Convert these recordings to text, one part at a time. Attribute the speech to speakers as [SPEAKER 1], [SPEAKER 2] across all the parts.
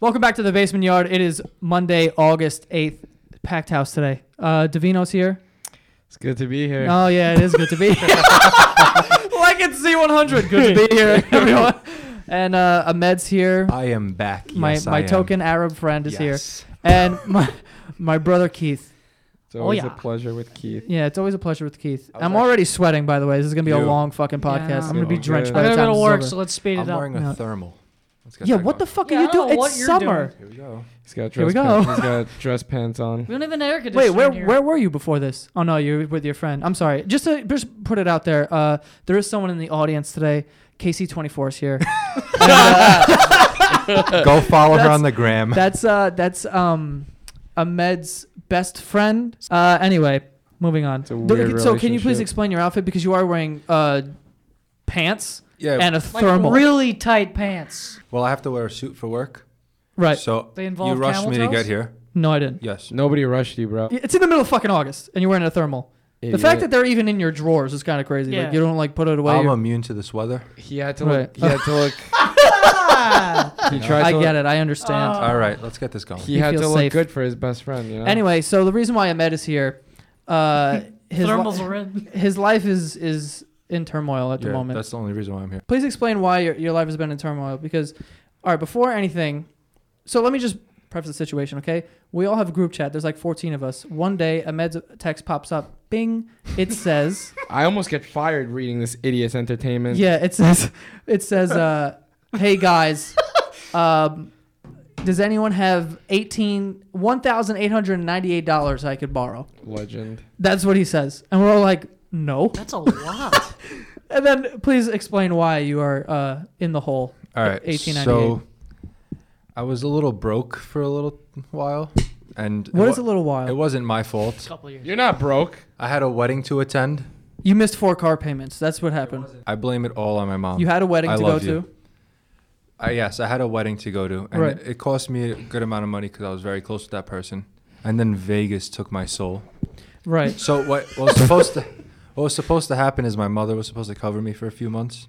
[SPEAKER 1] Welcome back to the basement yard. It is Monday, August 8th. Packed house today. Uh, Davino's here.
[SPEAKER 2] It's good to be here.
[SPEAKER 1] Oh, yeah, it is good to be here. like it's C100. Good to be here, everyone. And uh, Ahmed's here.
[SPEAKER 2] I am back.
[SPEAKER 1] My,
[SPEAKER 2] Ah, Yes, I
[SPEAKER 1] my
[SPEAKER 2] am.
[SPEAKER 1] token Arab friend is here.
[SPEAKER 2] Yes.
[SPEAKER 1] And my, my brother Keith.
[SPEAKER 2] It's always
[SPEAKER 1] Oh, yeah.
[SPEAKER 2] a pleasure with Keith.
[SPEAKER 1] Yeah, it's always a pleasure with Keith.
[SPEAKER 2] I was
[SPEAKER 1] I'm
[SPEAKER 2] actually-
[SPEAKER 1] already sweating, by the way. This is going to be a
[SPEAKER 2] Yo.
[SPEAKER 1] long fucking podcast.
[SPEAKER 3] Yeah.
[SPEAKER 1] I'm going to be
[SPEAKER 2] Yo.
[SPEAKER 1] drenched
[SPEAKER 2] Yeah.
[SPEAKER 1] by
[SPEAKER 3] I
[SPEAKER 1] the
[SPEAKER 3] gotta
[SPEAKER 1] time
[SPEAKER 3] go
[SPEAKER 1] this
[SPEAKER 3] to
[SPEAKER 1] is
[SPEAKER 3] work,
[SPEAKER 1] over.
[SPEAKER 3] so let's speed
[SPEAKER 4] I'm
[SPEAKER 3] it up.
[SPEAKER 4] wearing a
[SPEAKER 1] No.
[SPEAKER 4] thermal. Let's get
[SPEAKER 1] Yeah,
[SPEAKER 4] that
[SPEAKER 1] what the
[SPEAKER 4] going.
[SPEAKER 1] fuck
[SPEAKER 3] Yeah,
[SPEAKER 1] are
[SPEAKER 3] I
[SPEAKER 1] you
[SPEAKER 3] don't
[SPEAKER 1] doing?
[SPEAKER 3] know what
[SPEAKER 1] It's
[SPEAKER 3] you're
[SPEAKER 1] summer.
[SPEAKER 3] doing.
[SPEAKER 4] Here we go.
[SPEAKER 2] He's got
[SPEAKER 1] Here
[SPEAKER 2] dress
[SPEAKER 1] we
[SPEAKER 2] pants.
[SPEAKER 1] go.
[SPEAKER 2] He's got dress pants on.
[SPEAKER 3] We don't even air
[SPEAKER 1] Wait,
[SPEAKER 3] conditioning
[SPEAKER 1] where
[SPEAKER 3] here.
[SPEAKER 1] where were you before this? Oh no, you were with your friend. I'm sorry. Just to just put it out there, uh, there is someone in the audience today. KC24 is here. And, uh,
[SPEAKER 4] Go follow her
[SPEAKER 1] That's-
[SPEAKER 4] on the gram.
[SPEAKER 1] that's uh, that's um, Ahmed's best friend. Uh, anyway, moving on.
[SPEAKER 2] It's a
[SPEAKER 1] Do-
[SPEAKER 2] weird
[SPEAKER 1] so can you please
[SPEAKER 2] relationship.
[SPEAKER 1] explain your outfit because you are wearing uh, pants
[SPEAKER 2] Oh.
[SPEAKER 4] Yeah.
[SPEAKER 1] and a
[SPEAKER 3] like
[SPEAKER 1] thermal.
[SPEAKER 3] really tight pants.
[SPEAKER 4] well, I have to wear a suit for work.
[SPEAKER 1] right?
[SPEAKER 4] So
[SPEAKER 3] They
[SPEAKER 4] you
[SPEAKER 3] involve
[SPEAKER 4] rushed
[SPEAKER 3] camel
[SPEAKER 4] me to
[SPEAKER 3] toes?
[SPEAKER 4] get here.
[SPEAKER 1] No, I didn't.
[SPEAKER 4] Yes.
[SPEAKER 2] Nobody rushed you, bro.
[SPEAKER 1] It's in the middle of fucking August, and you're wearing a thermal. The fact that they're even in your drawers is kind of crazy.
[SPEAKER 3] Yeah.
[SPEAKER 1] Like you don't like put it away.
[SPEAKER 4] I'm
[SPEAKER 1] You're-
[SPEAKER 4] immune to this weather.
[SPEAKER 2] he had to
[SPEAKER 1] Right.
[SPEAKER 2] look. He had to look. he tried
[SPEAKER 1] I
[SPEAKER 2] to
[SPEAKER 1] get it.
[SPEAKER 2] look,
[SPEAKER 1] I understand.
[SPEAKER 3] Uh,
[SPEAKER 4] All right, let's get this going.
[SPEAKER 2] He
[SPEAKER 1] You
[SPEAKER 2] had
[SPEAKER 1] feel
[SPEAKER 2] to look
[SPEAKER 1] safe.
[SPEAKER 2] good for his best friend.
[SPEAKER 4] Oh.
[SPEAKER 2] You know.
[SPEAKER 1] Anyway, so the reason why Ahmed is here, uh, his li-
[SPEAKER 3] Thermals are in.
[SPEAKER 1] his life is is in turmoil at the
[SPEAKER 4] Yeah,
[SPEAKER 1] moment.
[SPEAKER 4] That's the only reason why I'm here.
[SPEAKER 1] Please explain why your your life has been in turmoil. Because, all right, before anything, so let me just preface the situation, okay? We all have a group chat. There's like 14 of us. One day, Ahmed's text pops up. Bing. It says,
[SPEAKER 2] I almost get fired reading this idiot's entertainment.
[SPEAKER 1] yeah, it says, it says, uh, hey guys, um, does anyone have 18 $1,898 I could borrow?
[SPEAKER 2] Legend.
[SPEAKER 1] That's what he says. And we're all like, no.
[SPEAKER 3] That's a lot.
[SPEAKER 1] And then please explain why you are uh, in the hole.
[SPEAKER 4] All right.
[SPEAKER 1] 1898.
[SPEAKER 4] So I was a little broke for a little while, and
[SPEAKER 1] What
[SPEAKER 4] it,
[SPEAKER 1] is a
[SPEAKER 4] wa-
[SPEAKER 1] little
[SPEAKER 4] It
[SPEAKER 1] while?
[SPEAKER 4] wasn't my
[SPEAKER 3] a
[SPEAKER 4] fault.
[SPEAKER 3] couple years.
[SPEAKER 2] You're not broke.
[SPEAKER 4] I had a wedding to attend.
[SPEAKER 1] You missed four car payments. That's what happened.
[SPEAKER 4] I blame it all on my mom.
[SPEAKER 1] You had a wedding
[SPEAKER 4] I
[SPEAKER 1] to go
[SPEAKER 4] love
[SPEAKER 1] to.
[SPEAKER 4] you. I, yes, I had a wedding to go to, and
[SPEAKER 1] Right.
[SPEAKER 4] it cost me a good amount of money because I was very close to that person. And then Vegas took my soul.
[SPEAKER 1] Right.
[SPEAKER 4] So what, what was supposed to what was supposed to happen is my mother was supposed to cover me for a few months,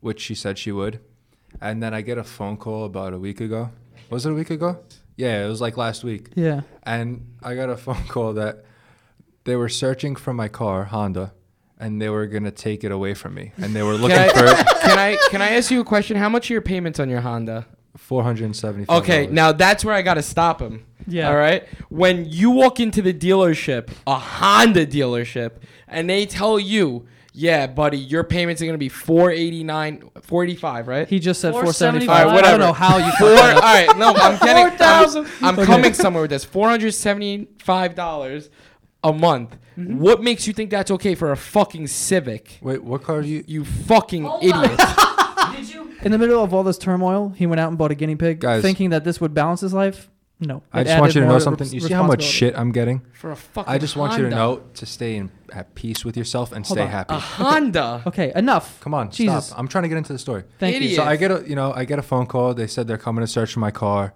[SPEAKER 4] which she said she would. And then I get a phone call about a week ago. Was it a week ago? Yeah, it was like last week.
[SPEAKER 1] Yeah.
[SPEAKER 4] And I got a phone call that they were searching for my car, Honda, and they were gonna take it away from me. And they were looking
[SPEAKER 2] Can I,
[SPEAKER 4] for
[SPEAKER 2] can I can I ask you a question? How much are your payments on your Honda?
[SPEAKER 4] four hundred and seventy five.
[SPEAKER 2] Okay, now that's where I gotta stop him.
[SPEAKER 1] Yeah.
[SPEAKER 2] All right. When you walk into the dealership, a Honda dealership, and they tell you, "Yeah, buddy, your payments are gonna be 489, 485, right?"
[SPEAKER 1] He just said
[SPEAKER 3] 475.
[SPEAKER 1] 475.
[SPEAKER 2] All right,
[SPEAKER 1] I don't know
[SPEAKER 2] whatever.
[SPEAKER 1] how you.
[SPEAKER 2] Four.
[SPEAKER 1] fucked
[SPEAKER 2] all
[SPEAKER 1] that up.
[SPEAKER 2] right. No, I'm getting.
[SPEAKER 3] Four thousand.
[SPEAKER 2] I'm, I'm coming somewhere with this. Four hundred seventy-five dollars a month.
[SPEAKER 1] Mm-hmm.
[SPEAKER 2] What makes you think that's okay for a fucking Civic?
[SPEAKER 4] Wait, what car do you
[SPEAKER 2] You fucking
[SPEAKER 3] Hold
[SPEAKER 2] idiot.
[SPEAKER 3] on. Did you?
[SPEAKER 1] In the middle of all this turmoil, he went out and bought a guinea pig,
[SPEAKER 4] Guys.
[SPEAKER 1] thinking that this would balance his life. No.
[SPEAKER 4] I
[SPEAKER 1] It
[SPEAKER 4] just want
[SPEAKER 1] added
[SPEAKER 4] you to
[SPEAKER 1] more
[SPEAKER 4] know
[SPEAKER 1] re-
[SPEAKER 4] something. You see how much
[SPEAKER 1] responsibility.
[SPEAKER 4] shit I'm getting?
[SPEAKER 2] For a fucking.
[SPEAKER 4] I just want you to
[SPEAKER 2] Honda.
[SPEAKER 4] know to stay in, at peace with yourself and
[SPEAKER 1] Hold
[SPEAKER 4] stay
[SPEAKER 1] on.
[SPEAKER 4] happy.
[SPEAKER 2] A Honda.
[SPEAKER 1] Okay, enough.
[SPEAKER 4] Come on,
[SPEAKER 1] Jesus.
[SPEAKER 4] stop. I'm trying to get into the story.
[SPEAKER 1] Thank you.
[SPEAKER 2] Idiot.
[SPEAKER 4] So I get a, you know, I get a phone call. They said they're coming to search my car.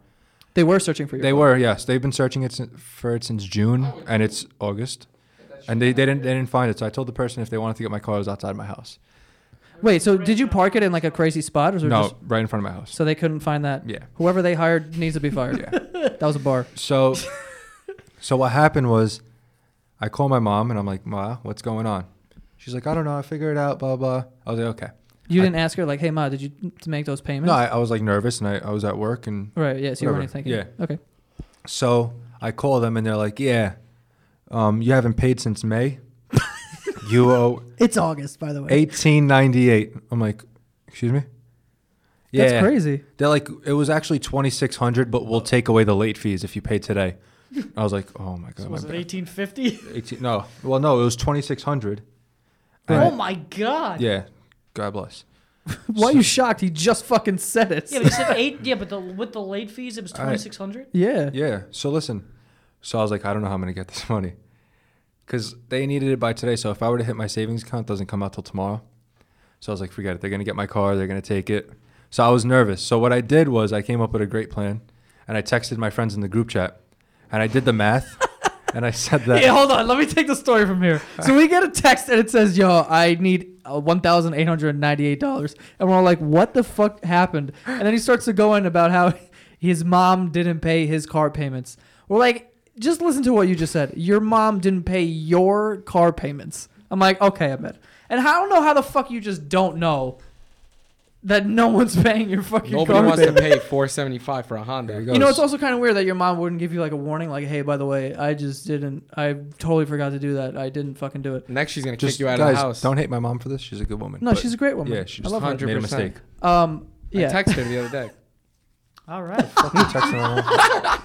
[SPEAKER 1] They were searching for you.
[SPEAKER 4] They were, yes. They've been searching it sin- for it since June, and it's August, and they, they didn't they didn't find it. So I told the person if they wanted to get my car, it was outside my house.
[SPEAKER 1] Wait, so did you park it in like a crazy spot, or was it
[SPEAKER 4] No,
[SPEAKER 1] just
[SPEAKER 4] right in front of my house.
[SPEAKER 1] so they couldn't find that?
[SPEAKER 4] Yeah.
[SPEAKER 1] Whoever they hired needs to be fired.
[SPEAKER 4] Yeah.
[SPEAKER 1] That was a bar.
[SPEAKER 4] So, so what happened was, I call my mom and I'm like, Ma, what's going on? She's like, I don't know. I figure it out. Blah blah. I was like, okay.
[SPEAKER 1] You
[SPEAKER 4] I-
[SPEAKER 1] didn't ask her like, "Hey, ma, did you to make those payments?"
[SPEAKER 4] No, I, I was like nervous and I, I was at work and
[SPEAKER 1] right. Yeah. So you weren't
[SPEAKER 4] Whatever.
[SPEAKER 1] thinking.
[SPEAKER 4] Yeah.
[SPEAKER 1] Okay.
[SPEAKER 4] So I call them and they're like, "Yeah, um, you haven't paid since May. you owe
[SPEAKER 1] It's August, by the way.
[SPEAKER 4] eighteen ninety eight. I'm like, "Excuse me."
[SPEAKER 1] That's crazy.
[SPEAKER 4] They're like, "It was actually twenty six hundred, but we'll take away the late fees if you pay today." I was like, "Oh my god,
[SPEAKER 3] So
[SPEAKER 4] my
[SPEAKER 3] was it
[SPEAKER 4] bad.
[SPEAKER 3] 1850?
[SPEAKER 4] 18 no, well, no, it was twenty six hundred.
[SPEAKER 3] Oh my god.
[SPEAKER 4] Yeah, God bless.
[SPEAKER 1] Why are you shocked? He just fucking said it.
[SPEAKER 3] Yeah, but you said eight. Yeah, but the, with the late fees, it was
[SPEAKER 4] All right.
[SPEAKER 3] 2600.
[SPEAKER 1] Yeah.
[SPEAKER 4] Yeah. So listen, so I was like, I don't know how I'm gonna get this money, because they needed it by today. So if I were to hit my savings account, it doesn't come out till tomorrow. So I was like, forget it. They're gonna get my car. They're gonna take it. So I was nervous. So what I did was I came up with a great plan, and I texted my friends in the group chat, and I did the math, and I said that.
[SPEAKER 1] Yeah, hold on. Let me take the story from here. So we get a text and it says, "Yo, I need uh, one thousand eight hundred ninety-eight dollars," and we're all like, "What the fuck happened?" And then he starts to go in about how his mom didn't pay his car payments. We're like, just listen to what you just said. Your mom didn't pay your car payments. I'm like, okay, Ahmed. And I don't know how the fuck you just don't know that no one's paying your fucking
[SPEAKER 2] Nobody
[SPEAKER 1] car
[SPEAKER 2] wants
[SPEAKER 1] payment.
[SPEAKER 2] to pay four seventy five for a
[SPEAKER 4] There
[SPEAKER 2] Honda.
[SPEAKER 4] you go.
[SPEAKER 1] You know, it's also kind of weird that your mom wouldn't give you like a warning, like, "Hey, by the way, I just didn't. I totally forgot to do that. I didn't fucking do it."
[SPEAKER 2] Next, she's gonna
[SPEAKER 4] just
[SPEAKER 2] kick you out
[SPEAKER 4] guys,
[SPEAKER 2] of the house.
[SPEAKER 4] Don't hate my mom for this. She's a good woman.
[SPEAKER 1] No,
[SPEAKER 4] but
[SPEAKER 1] she's a great woman.
[SPEAKER 4] yeah,
[SPEAKER 1] I
[SPEAKER 4] she just
[SPEAKER 1] love her.
[SPEAKER 4] made a
[SPEAKER 2] 100%.
[SPEAKER 4] mistake.
[SPEAKER 1] Um, yeah.
[SPEAKER 2] I texted her the other day.
[SPEAKER 3] All right.
[SPEAKER 4] Fucking texting her mom.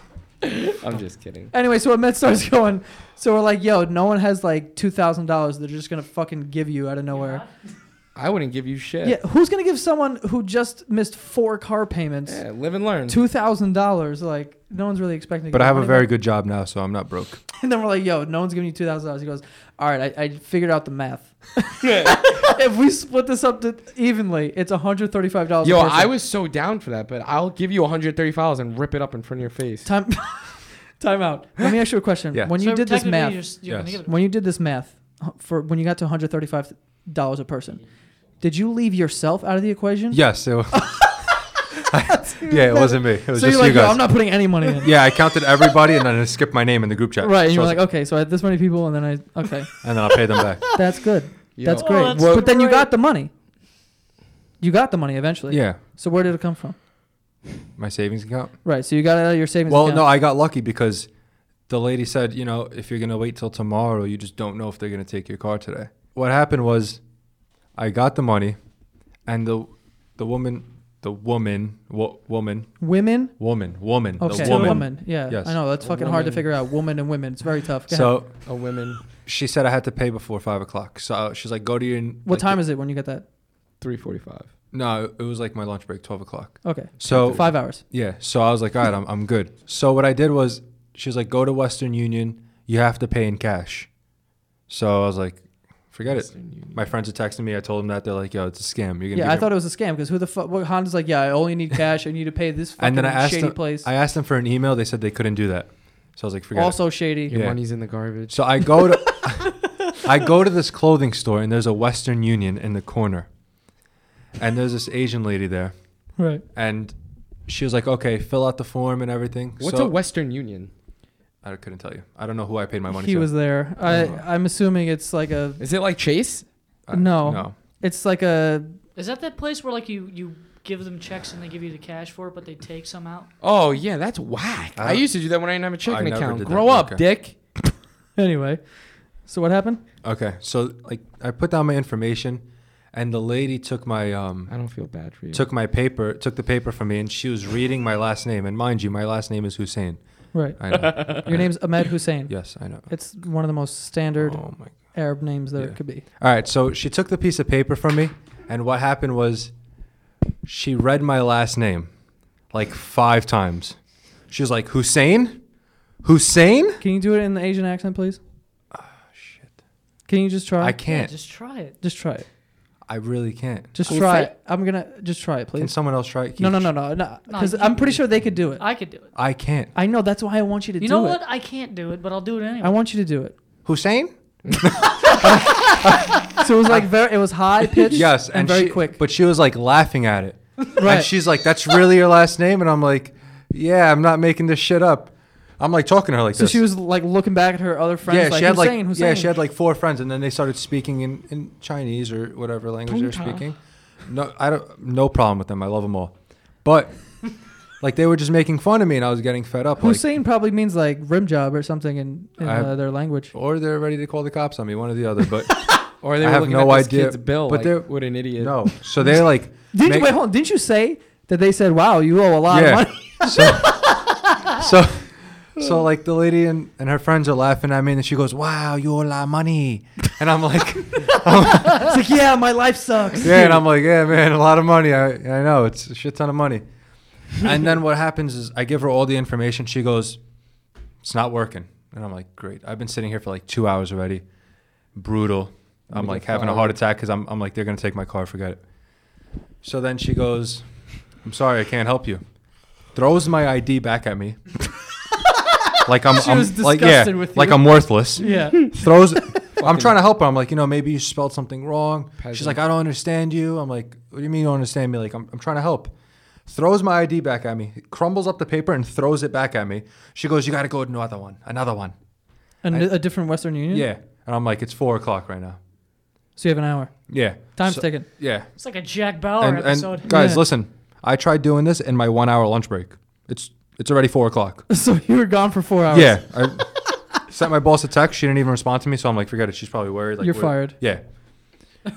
[SPEAKER 2] I'm just kidding.
[SPEAKER 1] Anyway, so Ahmed starts going. So we're like, yo, no one has like two thousand dollars. They're just gonna fucking give you out of nowhere.
[SPEAKER 2] I wouldn't give you shit.
[SPEAKER 1] Yeah, who's gonna give someone who just missed four car payments
[SPEAKER 2] Yeah, live and learn.
[SPEAKER 1] two thousand dollars? Like, no one's really expecting. to
[SPEAKER 4] But
[SPEAKER 1] get
[SPEAKER 4] I have a
[SPEAKER 1] money
[SPEAKER 4] very
[SPEAKER 1] back.
[SPEAKER 4] good job now, so I'm not broke.
[SPEAKER 1] And then we're like, yo, no one's giving you two thousand dollars. He goes, all right, I, I figured out the math. if we split this up to evenly, it's one hundred thirty-five dollars.
[SPEAKER 2] Yo, I was so down for that, but I'll give you 130 files and rip it up in front of your face.
[SPEAKER 1] time. time out. Let me ask you a question.
[SPEAKER 4] Yeah.
[SPEAKER 1] When you
[SPEAKER 3] So
[SPEAKER 1] did this
[SPEAKER 3] technically
[SPEAKER 1] math,
[SPEAKER 3] You're, s- you're gonna
[SPEAKER 4] Yes.
[SPEAKER 3] give it-
[SPEAKER 1] when you did this math h- for when you got to one hundred thirty-five dollars a person, did you leave yourself out of the equation?
[SPEAKER 4] Yes. It was, yeah, it wasn't me. It was
[SPEAKER 1] so
[SPEAKER 4] just
[SPEAKER 1] you're like,
[SPEAKER 4] you guys.
[SPEAKER 1] yo, I'm not putting any money in.
[SPEAKER 4] yeah, I counted everybody and then I skipped my name in the group chat.
[SPEAKER 1] Right, and
[SPEAKER 4] So
[SPEAKER 1] you're
[SPEAKER 4] I was
[SPEAKER 1] like, okay, so I had this many people, and then I, okay,
[SPEAKER 4] and then I'll pay them back.
[SPEAKER 1] that's good,
[SPEAKER 2] Yo.
[SPEAKER 1] that's
[SPEAKER 3] Oh,
[SPEAKER 1] great.
[SPEAKER 3] that's
[SPEAKER 1] but then you
[SPEAKER 3] great.
[SPEAKER 1] got the money. You got the money eventually.
[SPEAKER 4] yeah,
[SPEAKER 1] So where did it come from?
[SPEAKER 4] my savings account.
[SPEAKER 1] Right. So you got it out of your savings.
[SPEAKER 4] Well,
[SPEAKER 1] account.
[SPEAKER 4] no, I got lucky because the lady said, you know, if you're gonna wait till tomorrow, you just don't know if they're gonna take your car today. What happened was, I got the money, and the the woman, the woman, wo- woman,
[SPEAKER 1] women.
[SPEAKER 4] woman, woman,
[SPEAKER 1] Okay.
[SPEAKER 4] the
[SPEAKER 1] Woman.
[SPEAKER 4] woman.
[SPEAKER 1] Yeah.
[SPEAKER 4] Yes.
[SPEAKER 1] I know that's
[SPEAKER 2] A
[SPEAKER 1] fucking hard to
[SPEAKER 2] woman.
[SPEAKER 1] figure out. Woman and women. It's very tough. Go ahead.
[SPEAKER 4] So
[SPEAKER 2] A women
[SPEAKER 4] she said I had to pay before five o'clock. So I- she's like, go to your.
[SPEAKER 1] what
[SPEAKER 4] like,
[SPEAKER 1] time is it when you get that?
[SPEAKER 2] 345.
[SPEAKER 4] No, it was like my lunch break, twelve o'clock.
[SPEAKER 1] Okay.
[SPEAKER 4] So
[SPEAKER 1] Five hours.
[SPEAKER 4] Yeah. So I was like, all right, I'm, I'm good. So what I did was, she was like, go to Western Union. You have to pay in cash. So I was like, forget it. My friends are texting me. I told them that. They're like, yo, it's a scam. You're gonna.
[SPEAKER 1] Yeah,
[SPEAKER 4] give
[SPEAKER 1] I
[SPEAKER 4] your-"
[SPEAKER 1] thought it was a scam because who the fuck? Well, Honda's like, yeah, I only need cash. I need to pay this fucking
[SPEAKER 4] And then I asked
[SPEAKER 1] shady
[SPEAKER 4] them.
[SPEAKER 1] place.
[SPEAKER 4] I asked them for an email. They said they couldn't do that. So I was like, forget
[SPEAKER 1] also shady.
[SPEAKER 2] Your
[SPEAKER 4] Yeah.
[SPEAKER 2] money's in the garbage.
[SPEAKER 4] it. So I go to, I go to this clothing store and there's a Western Union in the corner, and there's this Asian lady there,
[SPEAKER 1] Right.
[SPEAKER 4] and she was like, okay, fill out the form and everything.
[SPEAKER 2] What's
[SPEAKER 4] so
[SPEAKER 2] a Western Union?
[SPEAKER 4] I couldn't tell you. I don't know who I paid my money
[SPEAKER 1] He
[SPEAKER 4] to.
[SPEAKER 1] was there. I I'm assuming it's like a
[SPEAKER 2] Is it like Chase?
[SPEAKER 4] I-
[SPEAKER 1] No.
[SPEAKER 4] No.
[SPEAKER 1] it's like a
[SPEAKER 3] Is that that place where like you you give them checks and they give you the cash for it, but they take some out?
[SPEAKER 2] Oh, yeah, that's whack.
[SPEAKER 4] I
[SPEAKER 2] I,
[SPEAKER 4] don't-
[SPEAKER 2] used to do that when I didn't have a chicken
[SPEAKER 4] Uh, never
[SPEAKER 2] account.
[SPEAKER 4] did
[SPEAKER 2] Grow
[SPEAKER 4] that.
[SPEAKER 2] up,
[SPEAKER 4] Okay.
[SPEAKER 2] dick.
[SPEAKER 1] anyway. So what happened?
[SPEAKER 4] Okay, so like I put down my information, and the lady took my um
[SPEAKER 2] I don't feel bad for you.
[SPEAKER 4] took my paper took the paper from me, and she was reading my last name. And mind you, my last name is Hussein.
[SPEAKER 1] Right.
[SPEAKER 4] I know.
[SPEAKER 1] Your name's Ahmed Hussein.
[SPEAKER 4] yes, I know.
[SPEAKER 1] It's one of the most standard
[SPEAKER 4] Oh my.
[SPEAKER 1] Arab names there
[SPEAKER 4] Yeah.
[SPEAKER 1] could be.
[SPEAKER 4] All right, so she took the piece of paper from me, and what happened was, she read my last name, like five times. She was like Hussein, Hussein. Ah,
[SPEAKER 1] Can you do it in the Asian accent, please?
[SPEAKER 4] Shit,
[SPEAKER 1] Can you just try?
[SPEAKER 4] I
[SPEAKER 3] Yeah,
[SPEAKER 4] can't.
[SPEAKER 3] just try it.
[SPEAKER 1] just try it.
[SPEAKER 4] I really can't.
[SPEAKER 1] Just
[SPEAKER 2] Who's
[SPEAKER 1] try
[SPEAKER 2] that?
[SPEAKER 1] it. I'm gonna just try it,
[SPEAKER 4] Can
[SPEAKER 1] please.
[SPEAKER 4] someone else try it?
[SPEAKER 1] No,
[SPEAKER 4] Keith?
[SPEAKER 1] no, no, no, no.
[SPEAKER 3] No,
[SPEAKER 1] Because
[SPEAKER 3] you
[SPEAKER 1] I'm
[SPEAKER 3] can't
[SPEAKER 1] pretty
[SPEAKER 3] do
[SPEAKER 1] sure they could do it.
[SPEAKER 3] I could do it.
[SPEAKER 4] I can't.
[SPEAKER 1] I know. That's why I want you to
[SPEAKER 3] You
[SPEAKER 1] do
[SPEAKER 3] know
[SPEAKER 1] it.
[SPEAKER 3] what? I can't do it, but I'll do it anyway.
[SPEAKER 1] I want you to do it.
[SPEAKER 4] Hussein.
[SPEAKER 1] So it was like very, it was high pitched.
[SPEAKER 4] Yes,
[SPEAKER 1] and, very
[SPEAKER 4] she-
[SPEAKER 1] quick.
[SPEAKER 4] But she was like laughing at it.
[SPEAKER 1] Right.
[SPEAKER 4] And she's like, "That's really your last name?" And I'm like, "Yeah, I'm not making this shit up." I'm like talking to her like
[SPEAKER 1] so
[SPEAKER 4] this.
[SPEAKER 1] she was like looking back at her other friends.
[SPEAKER 4] yeah,
[SPEAKER 1] like,
[SPEAKER 4] she had
[SPEAKER 1] Hussein,
[SPEAKER 4] like
[SPEAKER 1] Hussein.
[SPEAKER 4] yeah, she had like four friends, and then they started speaking in, in Chinese or whatever language they're
[SPEAKER 3] Tongue-ta.
[SPEAKER 4] speaking. No, I don't. No problem with them. I love them all, but like they were just making fun of me, and I was getting fed up. like-
[SPEAKER 1] Hussein probably means like rim job or something in, in
[SPEAKER 4] I-
[SPEAKER 1] uh, their language.
[SPEAKER 4] or they're ready to call the cops on me, one or the other. But
[SPEAKER 2] Or they
[SPEAKER 4] I
[SPEAKER 2] were
[SPEAKER 4] have
[SPEAKER 2] looking
[SPEAKER 4] no
[SPEAKER 2] at this
[SPEAKER 4] idea,
[SPEAKER 2] kid's bill.
[SPEAKER 4] but
[SPEAKER 2] But
[SPEAKER 4] they're-
[SPEAKER 2] like, what an idiot.
[SPEAKER 4] no, so they're like,
[SPEAKER 1] Didn't you,
[SPEAKER 4] make-
[SPEAKER 1] wait, hold on. Didn't you say that they said, "Wow, you owe a lot of money"?
[SPEAKER 4] So, so, so like the lady and, and her friends are laughing at me, and she goes, "Wow, you owe a lot of money," and I'm like,
[SPEAKER 1] it's like, yeah, my life sucks.
[SPEAKER 4] "Yeah," and I'm like, "Yeah, man, a lot of money. I I know it's a shit ton of money." And then what happens is I give her all the information. She goes, "It's not working," and I'm like, "Great, I've been sitting here for like two hours already, brutal." I'm
[SPEAKER 2] We
[SPEAKER 4] like
[SPEAKER 2] get
[SPEAKER 4] having a
[SPEAKER 2] fired.
[SPEAKER 4] heart attack because I'm I'm like they're gonna take my car, forget it. So then she goes, "I'm sorry, I can't help you." Throws my ID back at me. like I'm,
[SPEAKER 1] She
[SPEAKER 4] I'm-
[SPEAKER 1] was
[SPEAKER 4] like yeah,
[SPEAKER 1] disgusted with
[SPEAKER 4] like
[SPEAKER 1] you.
[SPEAKER 4] I'm worthless.
[SPEAKER 1] yeah.
[SPEAKER 4] Throws. I'm trying to help her. I'm like, you know, maybe you spelled something wrong. She's
[SPEAKER 2] Peasant.
[SPEAKER 4] like, I don't understand you. I'm like, what do you mean you don't understand me? Like, I'm, I'm trying to help. throws my ID back at me, crumbles up the paper and throws it back at me. She goes, "You got to go to another one, another one."
[SPEAKER 1] A,
[SPEAKER 4] I-
[SPEAKER 1] a different Western Union.
[SPEAKER 4] Yeah, and I'm like, "It's four o'clock right now."
[SPEAKER 1] So you have an hour.
[SPEAKER 4] Yeah,
[SPEAKER 1] Time's
[SPEAKER 4] So-
[SPEAKER 1] ticking.
[SPEAKER 4] Yeah,
[SPEAKER 3] It's like a Jack Bauer
[SPEAKER 4] and,
[SPEAKER 3] episode.
[SPEAKER 4] and guys,
[SPEAKER 1] Yeah.
[SPEAKER 4] listen, I tried doing this in my one-hour lunch break. It's it's already four o'clock.
[SPEAKER 1] So you were gone for four hours.
[SPEAKER 4] Yeah, I sent my boss a text. She didn't even respond to me, so I'm like, "Forget it." She's probably worried. Like,
[SPEAKER 1] You're
[SPEAKER 4] what-
[SPEAKER 1] fired.
[SPEAKER 4] Yeah.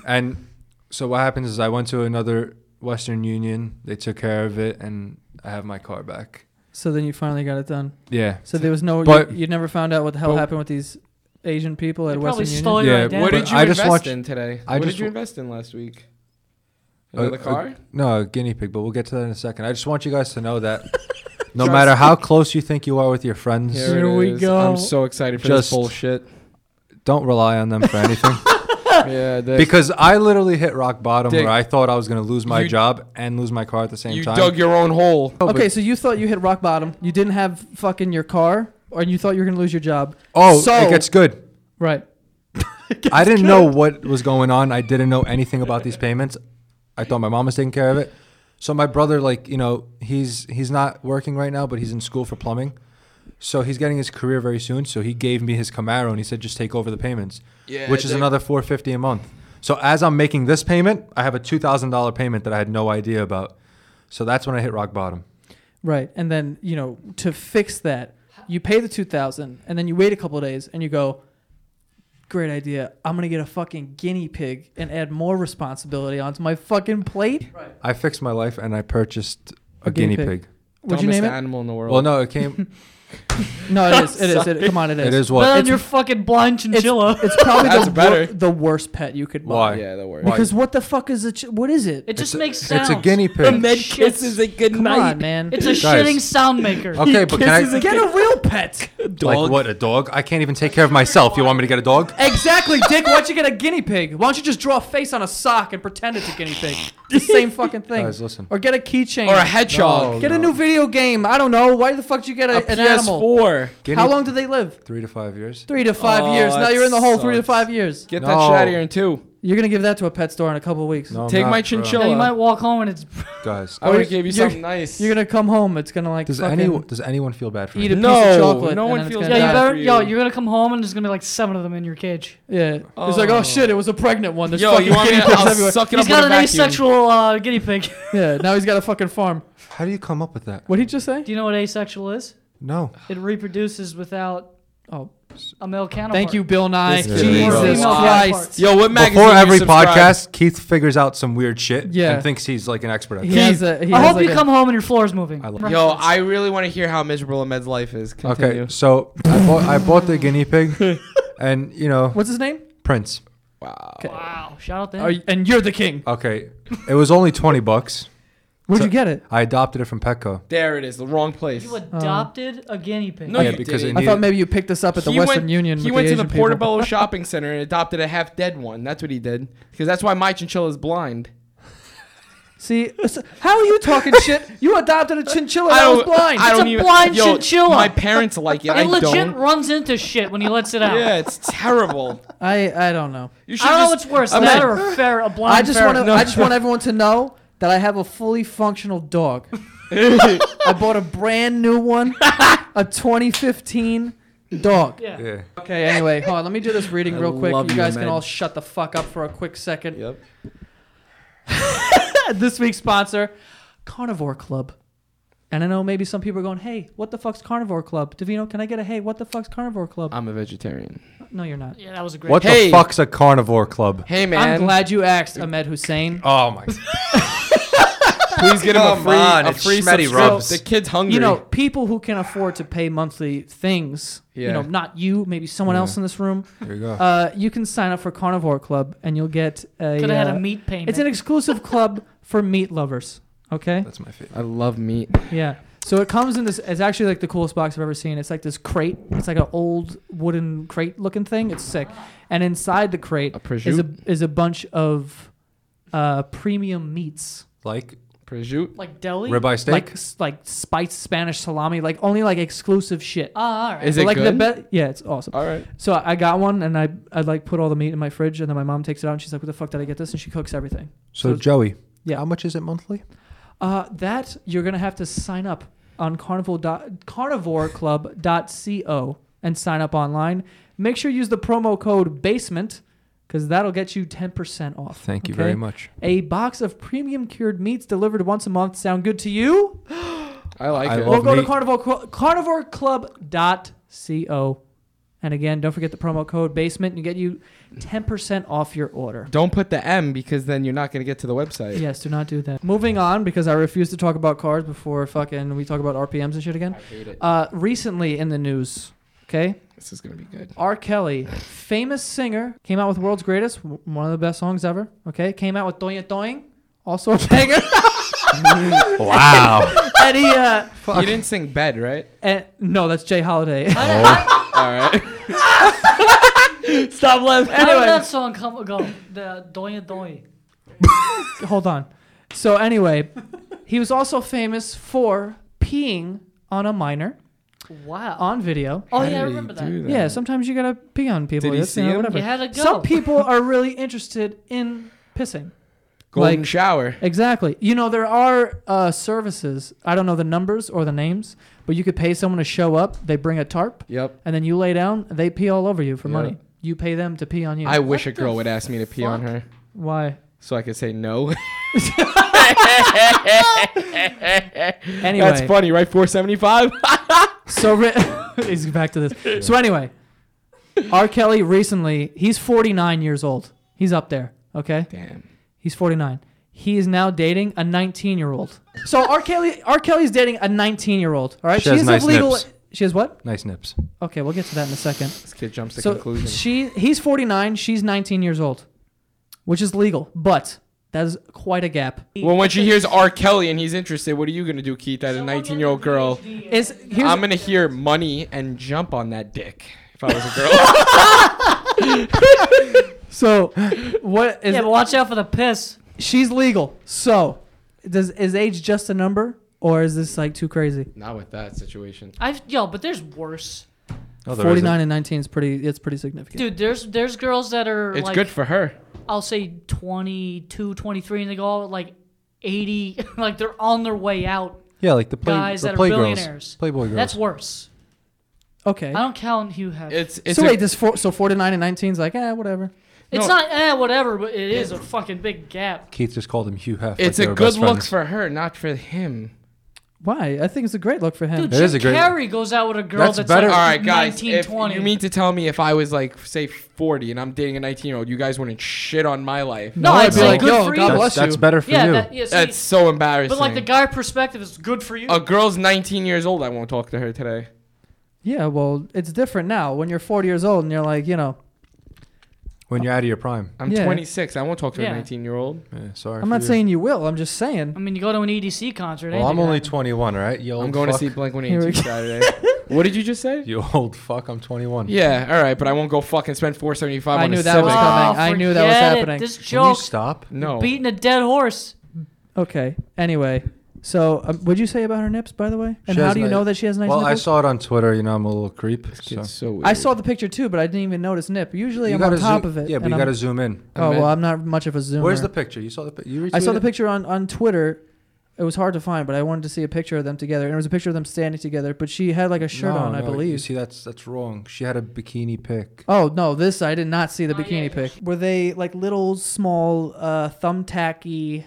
[SPEAKER 4] And so what happens is I went to another Western Union. They took care of it, and I have my car back.
[SPEAKER 1] So then you finally got it done.
[SPEAKER 4] Yeah.
[SPEAKER 1] So there was no.
[SPEAKER 4] But-
[SPEAKER 1] you, you never found out what the hell
[SPEAKER 4] but-
[SPEAKER 1] happened with these Asian people
[SPEAKER 3] They
[SPEAKER 1] at
[SPEAKER 3] probably
[SPEAKER 1] Western
[SPEAKER 3] stole
[SPEAKER 1] Union.
[SPEAKER 3] your
[SPEAKER 4] Yeah,
[SPEAKER 3] identity.
[SPEAKER 2] What
[SPEAKER 4] but
[SPEAKER 2] did you
[SPEAKER 4] I just
[SPEAKER 2] invest
[SPEAKER 4] watched-
[SPEAKER 2] in today?
[SPEAKER 4] I
[SPEAKER 2] what
[SPEAKER 4] just
[SPEAKER 2] did you
[SPEAKER 4] wa-
[SPEAKER 2] invest in last week?
[SPEAKER 4] Uh,
[SPEAKER 2] Another
[SPEAKER 4] uh,
[SPEAKER 2] car?
[SPEAKER 4] No, a guinea pig. But we'll get to that in a second. I just want you guys to know that no matter how close you think you are with your friends,
[SPEAKER 2] Here
[SPEAKER 1] Here
[SPEAKER 2] it
[SPEAKER 1] we
[SPEAKER 2] is.
[SPEAKER 1] go.
[SPEAKER 2] I'm so excited for
[SPEAKER 4] Just-
[SPEAKER 2] this bullshit.
[SPEAKER 4] don't rely on them for anything.
[SPEAKER 2] yeah, that-
[SPEAKER 4] because I literally hit rock bottom
[SPEAKER 2] Dick,
[SPEAKER 4] where I thought I was going to lose my
[SPEAKER 2] you-
[SPEAKER 4] job and lose my car at the same
[SPEAKER 2] you
[SPEAKER 4] time.
[SPEAKER 2] dug your own hole.
[SPEAKER 1] Okay, so you thought you hit rock bottom. You didn't have fucking your car, or you thought you were gonna lose your job.
[SPEAKER 4] oh,
[SPEAKER 1] So-
[SPEAKER 4] it gets good.
[SPEAKER 1] Right.
[SPEAKER 4] I didn't know what was going on. I didn't know anything about these payments. I thought my mom was taking care of it. So my brother, like you know, he's he's not working right now, but he's in school for plumbing. So he's getting his career very soon. So he gave me his Camaro and he said, just take over the payments,
[SPEAKER 2] Yeah,
[SPEAKER 4] which is
[SPEAKER 2] Dick.
[SPEAKER 4] another four fifty a month. So as I'm making this payment, I have a two thousand dollar payment that I had no idea about. So that's when I hit rock bottom.
[SPEAKER 1] Right. And then you know to fix that, you pay the two thousand, and then you wait a couple of days, and you go. Great idea. I'm gonna get a fucking guinea pig and add more responsibility onto my fucking plate.
[SPEAKER 4] I fixed my life and I purchased a,
[SPEAKER 1] A guinea
[SPEAKER 4] guinea, pig.
[SPEAKER 1] What'd
[SPEAKER 2] Dumbest
[SPEAKER 1] you name it?
[SPEAKER 2] animal in the world.
[SPEAKER 4] Well, no, it came.
[SPEAKER 1] No, it is. It is. It, come on, it is.
[SPEAKER 4] it is
[SPEAKER 3] Well,
[SPEAKER 4] what.
[SPEAKER 3] then your fucking blind chinchilla.
[SPEAKER 1] It's probably
[SPEAKER 2] That's
[SPEAKER 1] the,
[SPEAKER 2] better.
[SPEAKER 1] wor- the worst pet you could buy.
[SPEAKER 4] Why?
[SPEAKER 2] Yeah, that works.
[SPEAKER 4] Why?
[SPEAKER 1] Because what the fuck is it? What is it?
[SPEAKER 3] it just
[SPEAKER 4] a-
[SPEAKER 3] makes
[SPEAKER 4] it's
[SPEAKER 3] sounds.
[SPEAKER 4] a guinea pig.
[SPEAKER 3] med kiss is a
[SPEAKER 2] good
[SPEAKER 1] Come on, man.
[SPEAKER 3] It's a
[SPEAKER 4] Guys.
[SPEAKER 3] shitting sound maker.
[SPEAKER 4] Okay, but can I?
[SPEAKER 1] Get a real pet.
[SPEAKER 4] Like what? A dog? I can't even take care of myself. You want me to get a dog?
[SPEAKER 1] exactly, Dick. Why don't you get a guinea pig? Why don't you just draw a face on a sock and pretend it's a guinea pig? The same fucking thing.
[SPEAKER 4] Guys, listen.
[SPEAKER 1] Or get a keychain.
[SPEAKER 2] Or a hedgehog.
[SPEAKER 1] Get a new video game. I don't know. Why the fuck did you get a,
[SPEAKER 2] A
[SPEAKER 1] an animal?
[SPEAKER 2] PS4.
[SPEAKER 4] Guinea-
[SPEAKER 1] How long do they live?
[SPEAKER 4] Three to five years.
[SPEAKER 1] Three to five
[SPEAKER 2] Oh,
[SPEAKER 1] years. Now
[SPEAKER 2] that
[SPEAKER 1] you're in the hole. Three to
[SPEAKER 2] sucks.
[SPEAKER 1] five years.
[SPEAKER 2] Get that
[SPEAKER 4] No.
[SPEAKER 2] shit out of here in two.
[SPEAKER 1] You're gonna give that to a pet store in a couple of weeks.
[SPEAKER 4] No, I'm
[SPEAKER 2] Take
[SPEAKER 4] not,
[SPEAKER 2] my
[SPEAKER 4] bro.
[SPEAKER 2] chinchilla.
[SPEAKER 3] Yeah, you might walk home and it's
[SPEAKER 4] Guys,
[SPEAKER 2] I would have
[SPEAKER 1] Or
[SPEAKER 2] gave you
[SPEAKER 1] you're-
[SPEAKER 2] something nice.
[SPEAKER 1] You're gonna come home. It's gonna like
[SPEAKER 4] does
[SPEAKER 1] fucking
[SPEAKER 4] anyone does anyone feel bad for
[SPEAKER 1] eat
[SPEAKER 4] me?
[SPEAKER 1] a piece
[SPEAKER 2] No,
[SPEAKER 1] of chocolate.
[SPEAKER 2] no
[SPEAKER 1] and
[SPEAKER 2] one
[SPEAKER 1] then it's
[SPEAKER 2] feels
[SPEAKER 1] gonna
[SPEAKER 3] yeah. You
[SPEAKER 1] die.
[SPEAKER 2] bad
[SPEAKER 3] better,
[SPEAKER 2] for
[SPEAKER 3] yo,
[SPEAKER 2] you.
[SPEAKER 3] you're gonna come home and there's gonna be like seven of them in your cage.
[SPEAKER 1] Yeah. It's like, oh
[SPEAKER 2] Oh.
[SPEAKER 1] shit, it was a pregnant one. There's
[SPEAKER 2] Yo,
[SPEAKER 1] fucking
[SPEAKER 2] you want me
[SPEAKER 1] guinea
[SPEAKER 2] to
[SPEAKER 1] pigs
[SPEAKER 2] I'll
[SPEAKER 1] everywhere.
[SPEAKER 2] suck it
[SPEAKER 3] He's
[SPEAKER 2] up
[SPEAKER 3] got
[SPEAKER 2] with
[SPEAKER 3] an
[SPEAKER 2] a vacuum.
[SPEAKER 3] asexual uh, guinea pig.
[SPEAKER 1] yeah, now he's got a fucking farm.
[SPEAKER 4] How do you come up with that?
[SPEAKER 1] What did he just say?
[SPEAKER 3] Do you know what asexual is?
[SPEAKER 4] No.
[SPEAKER 3] It reproduces without
[SPEAKER 1] Oh,
[SPEAKER 3] a male counterpart.
[SPEAKER 1] thank you, Bill Nye.
[SPEAKER 2] This
[SPEAKER 4] kid is
[SPEAKER 1] Jesus
[SPEAKER 4] gross.
[SPEAKER 1] Christ.
[SPEAKER 2] Yo, what magazine
[SPEAKER 4] Before
[SPEAKER 2] you
[SPEAKER 4] every
[SPEAKER 2] subscribe?
[SPEAKER 4] podcast, Keith figures out some weird shit
[SPEAKER 1] Yeah.
[SPEAKER 4] and thinks he's like an expert. At
[SPEAKER 1] He
[SPEAKER 4] it.
[SPEAKER 1] has a, he
[SPEAKER 3] I
[SPEAKER 1] has
[SPEAKER 3] hope
[SPEAKER 1] like
[SPEAKER 3] you
[SPEAKER 1] a-
[SPEAKER 3] come home and your floor is moving.
[SPEAKER 4] I love-
[SPEAKER 2] Yo, I really want to hear how miserable Ahmed's life is. Continue.
[SPEAKER 4] Okay, so I bought, I bought the guinea pig, and you know
[SPEAKER 1] What's his name?
[SPEAKER 4] Prince.
[SPEAKER 2] Wow.
[SPEAKER 1] Okay.
[SPEAKER 3] wow, shout out to him.
[SPEAKER 1] Are you- and you're the king.
[SPEAKER 4] Okay, it was only twenty bucks.
[SPEAKER 1] Where'd
[SPEAKER 4] So-
[SPEAKER 1] you get it?
[SPEAKER 4] I adopted it from Petco.
[SPEAKER 2] There it is, the wrong place.
[SPEAKER 3] you adopted
[SPEAKER 1] uh,
[SPEAKER 3] a guinea pig.
[SPEAKER 2] No,
[SPEAKER 4] yeah,
[SPEAKER 2] you
[SPEAKER 4] because
[SPEAKER 2] didn't.
[SPEAKER 4] it
[SPEAKER 1] I thought
[SPEAKER 4] needed-
[SPEAKER 1] maybe you picked this up at the
[SPEAKER 2] He
[SPEAKER 1] Western
[SPEAKER 2] went,
[SPEAKER 1] Union.
[SPEAKER 2] He
[SPEAKER 1] with
[SPEAKER 2] went
[SPEAKER 1] the
[SPEAKER 2] to the
[SPEAKER 1] Asian people.
[SPEAKER 2] Portobello shopping center and adopted a half dead one. That's what he did. Because that's why my chinchilla is blind.
[SPEAKER 1] See, so- how are you talking shit? You adopted a chinchilla.
[SPEAKER 2] I
[SPEAKER 1] I Oh, was
[SPEAKER 2] don't-
[SPEAKER 1] blind.
[SPEAKER 2] I
[SPEAKER 3] It's
[SPEAKER 2] don't
[SPEAKER 3] a
[SPEAKER 2] even,
[SPEAKER 3] blind
[SPEAKER 2] yo,
[SPEAKER 3] chinchilla.
[SPEAKER 2] My parents like it. I
[SPEAKER 3] it legit
[SPEAKER 2] don't.
[SPEAKER 3] runs into shit when he lets it out.
[SPEAKER 2] Yeah, it's terrible.
[SPEAKER 1] I, I don't know.
[SPEAKER 2] You
[SPEAKER 3] I don't know
[SPEAKER 2] just-
[SPEAKER 3] what's worse,
[SPEAKER 2] Ahmed,
[SPEAKER 3] that or a fair, a blind
[SPEAKER 1] i just
[SPEAKER 3] ferret.
[SPEAKER 1] want to. I just want everyone to know that I have a fully functional dog. I bought a brand new one, a 2015 dog.
[SPEAKER 3] Yeah.
[SPEAKER 4] Yeah.
[SPEAKER 1] Okay, anyway, hold on. Let me do this reading
[SPEAKER 2] I
[SPEAKER 1] real quick.
[SPEAKER 2] love
[SPEAKER 1] You
[SPEAKER 2] you,
[SPEAKER 1] guys can
[SPEAKER 2] man.
[SPEAKER 1] all shut the fuck up for a quick second.
[SPEAKER 2] Yep.
[SPEAKER 1] This week's sponsor, Carnivore Club. And I know maybe some people are going, hey, what the fuck's Carnivore Club? Davino, can I get a hey, what the fuck's Carnivore Club?
[SPEAKER 2] I'm a vegetarian.
[SPEAKER 1] no, you're not.
[SPEAKER 3] Yeah, that was a great.
[SPEAKER 4] What
[SPEAKER 2] Hey.
[SPEAKER 4] the fuck's a carnivore club?
[SPEAKER 2] Hey man,
[SPEAKER 1] I'm glad you asked, Ahmed Hussein.
[SPEAKER 4] Oh my!
[SPEAKER 2] please get him a
[SPEAKER 4] Come
[SPEAKER 2] free,
[SPEAKER 4] on,
[SPEAKER 2] a
[SPEAKER 4] it's
[SPEAKER 2] free
[SPEAKER 4] Schmetty
[SPEAKER 2] subscrip-
[SPEAKER 4] rubs.
[SPEAKER 2] The kid's hungry.
[SPEAKER 1] You know, people who can afford to pay monthly things, you
[SPEAKER 2] Yeah.
[SPEAKER 1] know, not you, maybe someone else in this room,
[SPEAKER 4] Here you go.
[SPEAKER 1] uh, you can sign up for Carnivore Club and you'll get a.
[SPEAKER 3] Could have had
[SPEAKER 1] uh,
[SPEAKER 3] a meat payment.
[SPEAKER 1] It's an exclusive club for meat lovers, okay?
[SPEAKER 4] That's my favorite.
[SPEAKER 2] I love meat.
[SPEAKER 1] Yeah. So it comes in this. It's actually like the coolest box I've ever seen. It's like this crate. It's like an old wooden crate looking thing. It's sick. And inside the crate
[SPEAKER 2] A
[SPEAKER 1] is a
[SPEAKER 2] prosciutto.
[SPEAKER 1] is a bunch of uh, premium meats,
[SPEAKER 4] Like
[SPEAKER 2] Prosciutto.
[SPEAKER 3] like deli.
[SPEAKER 4] ribeye steak.
[SPEAKER 1] like s- like spiced Spanish salami, like only like exclusive shit.
[SPEAKER 3] Ah, all right.
[SPEAKER 2] Is it
[SPEAKER 1] like
[SPEAKER 2] good?
[SPEAKER 1] the be- Yeah, it's awesome.
[SPEAKER 2] All right.
[SPEAKER 1] So I I got one, and I I like put all the meat in my fridge, and then my mom takes it out, and she's like, "What the fuck did I get this?" And she cooks everything.
[SPEAKER 4] so Joey.
[SPEAKER 1] Yeah.
[SPEAKER 4] How much is it monthly?
[SPEAKER 1] Uh, that you're gonna have to sign up on carnival dot, carnivoreclub.co and sign up online. Make sure you use the promo code basement because that'll get you 10% off.
[SPEAKER 4] Thank you
[SPEAKER 1] okay?
[SPEAKER 4] very much.
[SPEAKER 1] A box of premium cured meats delivered once a month. Sound good to you?
[SPEAKER 2] I like
[SPEAKER 4] I
[SPEAKER 2] it.
[SPEAKER 1] Well,
[SPEAKER 4] love-
[SPEAKER 1] go to
[SPEAKER 4] meat.
[SPEAKER 1] carnivore carnivoreclub.co. And again, don't forget the promo code basement and get you 10% off your order.
[SPEAKER 2] Don't put the M because then you're not gonna get to the website.
[SPEAKER 1] Yes, do not do that. Moving on, because I refuse to talk about cars before fucking we talk about RPMs and shit again.
[SPEAKER 2] I hate it.
[SPEAKER 1] Uh, recently in the news, okay,
[SPEAKER 2] This is gonna be good.
[SPEAKER 1] R. Kelly, famous singer, came out with World's Greatest, w- one of the best songs ever, okay? Came out with Doña Doing, also a banger.
[SPEAKER 4] Wow.
[SPEAKER 1] and he, uh,
[SPEAKER 2] You didn't sing bed, right?
[SPEAKER 1] and, no, that's Jay Holiday.
[SPEAKER 2] All right. Stop laughing.
[SPEAKER 3] How
[SPEAKER 1] Anyway.
[SPEAKER 3] did that song come go? The doya doya.
[SPEAKER 1] Hold on. So anyway, he was also famous for peeing on a minor
[SPEAKER 3] Wow.
[SPEAKER 1] on video.
[SPEAKER 3] oh
[SPEAKER 2] How
[SPEAKER 3] yeah, I
[SPEAKER 2] did
[SPEAKER 3] remember
[SPEAKER 2] he
[SPEAKER 3] that.
[SPEAKER 2] do
[SPEAKER 1] Yeah, sometimes you gotta pee on people.
[SPEAKER 2] Did he
[SPEAKER 1] That's, you
[SPEAKER 2] see
[SPEAKER 1] know,
[SPEAKER 2] him?
[SPEAKER 1] Whatever.
[SPEAKER 3] You had to go.
[SPEAKER 1] Some people are really interested in pissing.
[SPEAKER 2] Golden
[SPEAKER 1] like-
[SPEAKER 2] shower.
[SPEAKER 1] Exactly. You know, there are uh, services. I don't know the numbers or the names, but you could pay someone to show up. They bring a tarp,
[SPEAKER 2] Yep.
[SPEAKER 1] and then you lay down. They pee all over you for
[SPEAKER 2] Yeah.
[SPEAKER 1] money. You pay them to pee on you.
[SPEAKER 2] I wish a
[SPEAKER 3] the
[SPEAKER 2] girl would ask me to pee on
[SPEAKER 3] fuck?
[SPEAKER 2] her
[SPEAKER 1] Why?
[SPEAKER 2] so I could say no.
[SPEAKER 1] Anyway,
[SPEAKER 2] That's funny, right? 475.
[SPEAKER 1] so ri- he's back to this. So anyway, R. Kelly recently, he's 49 years old. He's up there. Okay,
[SPEAKER 2] Damn.
[SPEAKER 1] he's 49. He is now dating a 19 year old. So R. Kelly, R. Kelly's dating a 19 year old. All right,
[SPEAKER 4] She has
[SPEAKER 1] is
[SPEAKER 4] nice
[SPEAKER 1] of legal.
[SPEAKER 4] nips.
[SPEAKER 1] She has what?
[SPEAKER 4] nice nips.
[SPEAKER 1] Okay, we'll get to that in a second.
[SPEAKER 2] This kid jumps to
[SPEAKER 1] so
[SPEAKER 2] conclusion.
[SPEAKER 1] she he's 49 she's 19 years old which is legal but that is quite a gap
[SPEAKER 2] well, when she hears R. Kelly and he's interested, what are you gonna do, Keith? At a 19 year old girl,
[SPEAKER 1] is here's,
[SPEAKER 2] I'm gonna hear money and jump on that dick. If I was a girl,
[SPEAKER 1] so what is
[SPEAKER 3] yeah, but watch out for the piss.
[SPEAKER 1] she's legal so does is age just a number or is this like too crazy
[SPEAKER 2] not with that situation.
[SPEAKER 3] I've yo, but there's worse,
[SPEAKER 4] Oh, there
[SPEAKER 1] 49 and 19 is pretty it's pretty significant
[SPEAKER 3] dude. There's there's girls that are
[SPEAKER 2] It's
[SPEAKER 3] like
[SPEAKER 2] good for her.
[SPEAKER 3] I'll say 22, 23, and they go out at, like 80, like they're on their way out.
[SPEAKER 4] Yeah, like the play,
[SPEAKER 3] Guys
[SPEAKER 4] the
[SPEAKER 3] that are
[SPEAKER 4] playgirls,
[SPEAKER 3] billionaires.
[SPEAKER 4] Playboy girls.
[SPEAKER 3] That's worse.
[SPEAKER 1] okay
[SPEAKER 3] I don't count who have.
[SPEAKER 2] It's it's
[SPEAKER 1] so
[SPEAKER 2] a-
[SPEAKER 1] wait this four, so 49 and 19 is like eh whatever
[SPEAKER 3] it's
[SPEAKER 2] no.
[SPEAKER 3] not eh, whatever, but it is a fucking big gap.
[SPEAKER 4] Keith just called him Hugh Hef.
[SPEAKER 2] it's
[SPEAKER 4] like they
[SPEAKER 2] a
[SPEAKER 4] were
[SPEAKER 2] good
[SPEAKER 4] best
[SPEAKER 2] look
[SPEAKER 4] friends.
[SPEAKER 2] for her, not for him.
[SPEAKER 1] why i think it's a great look for him
[SPEAKER 3] Dude,
[SPEAKER 4] It
[SPEAKER 3] Jim
[SPEAKER 4] is a great-
[SPEAKER 3] Carrey goes out with a girl
[SPEAKER 4] That's
[SPEAKER 3] that's,
[SPEAKER 4] better.
[SPEAKER 2] All
[SPEAKER 3] like
[SPEAKER 2] right, guys.
[SPEAKER 3] 19,
[SPEAKER 2] If
[SPEAKER 3] 20.
[SPEAKER 2] you mean to tell me if I was like, say, 40 and I'm dating a 19 year old, you guys wouldn't shit on my life?
[SPEAKER 3] No, I'd
[SPEAKER 1] I'd be
[SPEAKER 3] say
[SPEAKER 1] like,
[SPEAKER 3] good
[SPEAKER 1] yo,
[SPEAKER 3] for
[SPEAKER 1] God
[SPEAKER 3] you.
[SPEAKER 1] bless
[SPEAKER 4] That's, that's
[SPEAKER 1] you.
[SPEAKER 4] better for
[SPEAKER 3] yeah,
[SPEAKER 4] you.
[SPEAKER 3] that, yeah see,
[SPEAKER 2] That's so embarrassing.
[SPEAKER 3] but like the guy perspective is good for you.
[SPEAKER 2] a girl's 19 years old. I won't talk to her today.
[SPEAKER 1] yeah well it's different now when you're 40 years old and you're like you know
[SPEAKER 4] when you're out of your prime.
[SPEAKER 2] I'm
[SPEAKER 1] Yeah.
[SPEAKER 2] 26. I won't talk to
[SPEAKER 3] Yeah.
[SPEAKER 2] a 19 year old.
[SPEAKER 4] Yeah, sorry.
[SPEAKER 1] i'm
[SPEAKER 4] for
[SPEAKER 1] not
[SPEAKER 4] you.
[SPEAKER 1] saying you will i'm just saying
[SPEAKER 3] I mean, you go to an EDC concert. eh,
[SPEAKER 4] Well, I'm
[SPEAKER 3] anything
[SPEAKER 4] only
[SPEAKER 3] happens.
[SPEAKER 4] 21, all right? You old
[SPEAKER 2] I'm going
[SPEAKER 4] fuck.
[SPEAKER 2] to see Blink
[SPEAKER 1] Here we
[SPEAKER 2] 182 Saturday. what did you just say?
[SPEAKER 4] You old fuck. I'm 21.
[SPEAKER 2] Yeah, all right, but I won't go fucking spend 475
[SPEAKER 1] I
[SPEAKER 2] on
[SPEAKER 1] knew
[SPEAKER 2] a
[SPEAKER 1] that
[SPEAKER 2] Civic.
[SPEAKER 1] was coming. I knew that was
[SPEAKER 3] forget it.
[SPEAKER 1] happening.
[SPEAKER 3] This
[SPEAKER 4] Can you
[SPEAKER 3] joke,
[SPEAKER 4] stop?
[SPEAKER 2] no.
[SPEAKER 3] beating a dead horse.
[SPEAKER 1] Okay. Anyway, so um, what'd you say about her nips, by the way? And
[SPEAKER 4] She
[SPEAKER 1] how
[SPEAKER 4] has
[SPEAKER 1] do you
[SPEAKER 4] ni-
[SPEAKER 1] know that she has nice
[SPEAKER 4] Well, I
[SPEAKER 1] nipples?
[SPEAKER 4] saw it on Twitter. You know, I'm a little creep.
[SPEAKER 2] This
[SPEAKER 4] So.
[SPEAKER 2] kid's so weird.
[SPEAKER 1] I saw the picture too, but I didn't even notice nip. Usually
[SPEAKER 4] You
[SPEAKER 1] I'm on
[SPEAKER 4] gotta
[SPEAKER 1] top
[SPEAKER 4] zoom-
[SPEAKER 1] of it.
[SPEAKER 4] Yeah, but
[SPEAKER 1] and
[SPEAKER 4] you
[SPEAKER 1] I'm-
[SPEAKER 4] got to zoom in.
[SPEAKER 1] Oh well, I'm not much of a zoomer.
[SPEAKER 4] Where's the picture? You saw the pi- you
[SPEAKER 1] I saw the
[SPEAKER 4] retweeted?
[SPEAKER 1] picture on on Twitter. It was hard to find, but I wanted to see a picture of them together. And it was a picture of them standing together, but she had like a shirt
[SPEAKER 4] No,
[SPEAKER 1] on, I
[SPEAKER 4] no, You
[SPEAKER 1] believe.
[SPEAKER 4] see, that's that's wrong. She had a bikini pic.
[SPEAKER 1] Oh no! This I did not see the
[SPEAKER 3] Oh, yeah,
[SPEAKER 1] bikini
[SPEAKER 3] yeah.
[SPEAKER 1] pic. Were they like little, small, uh, thumbtacky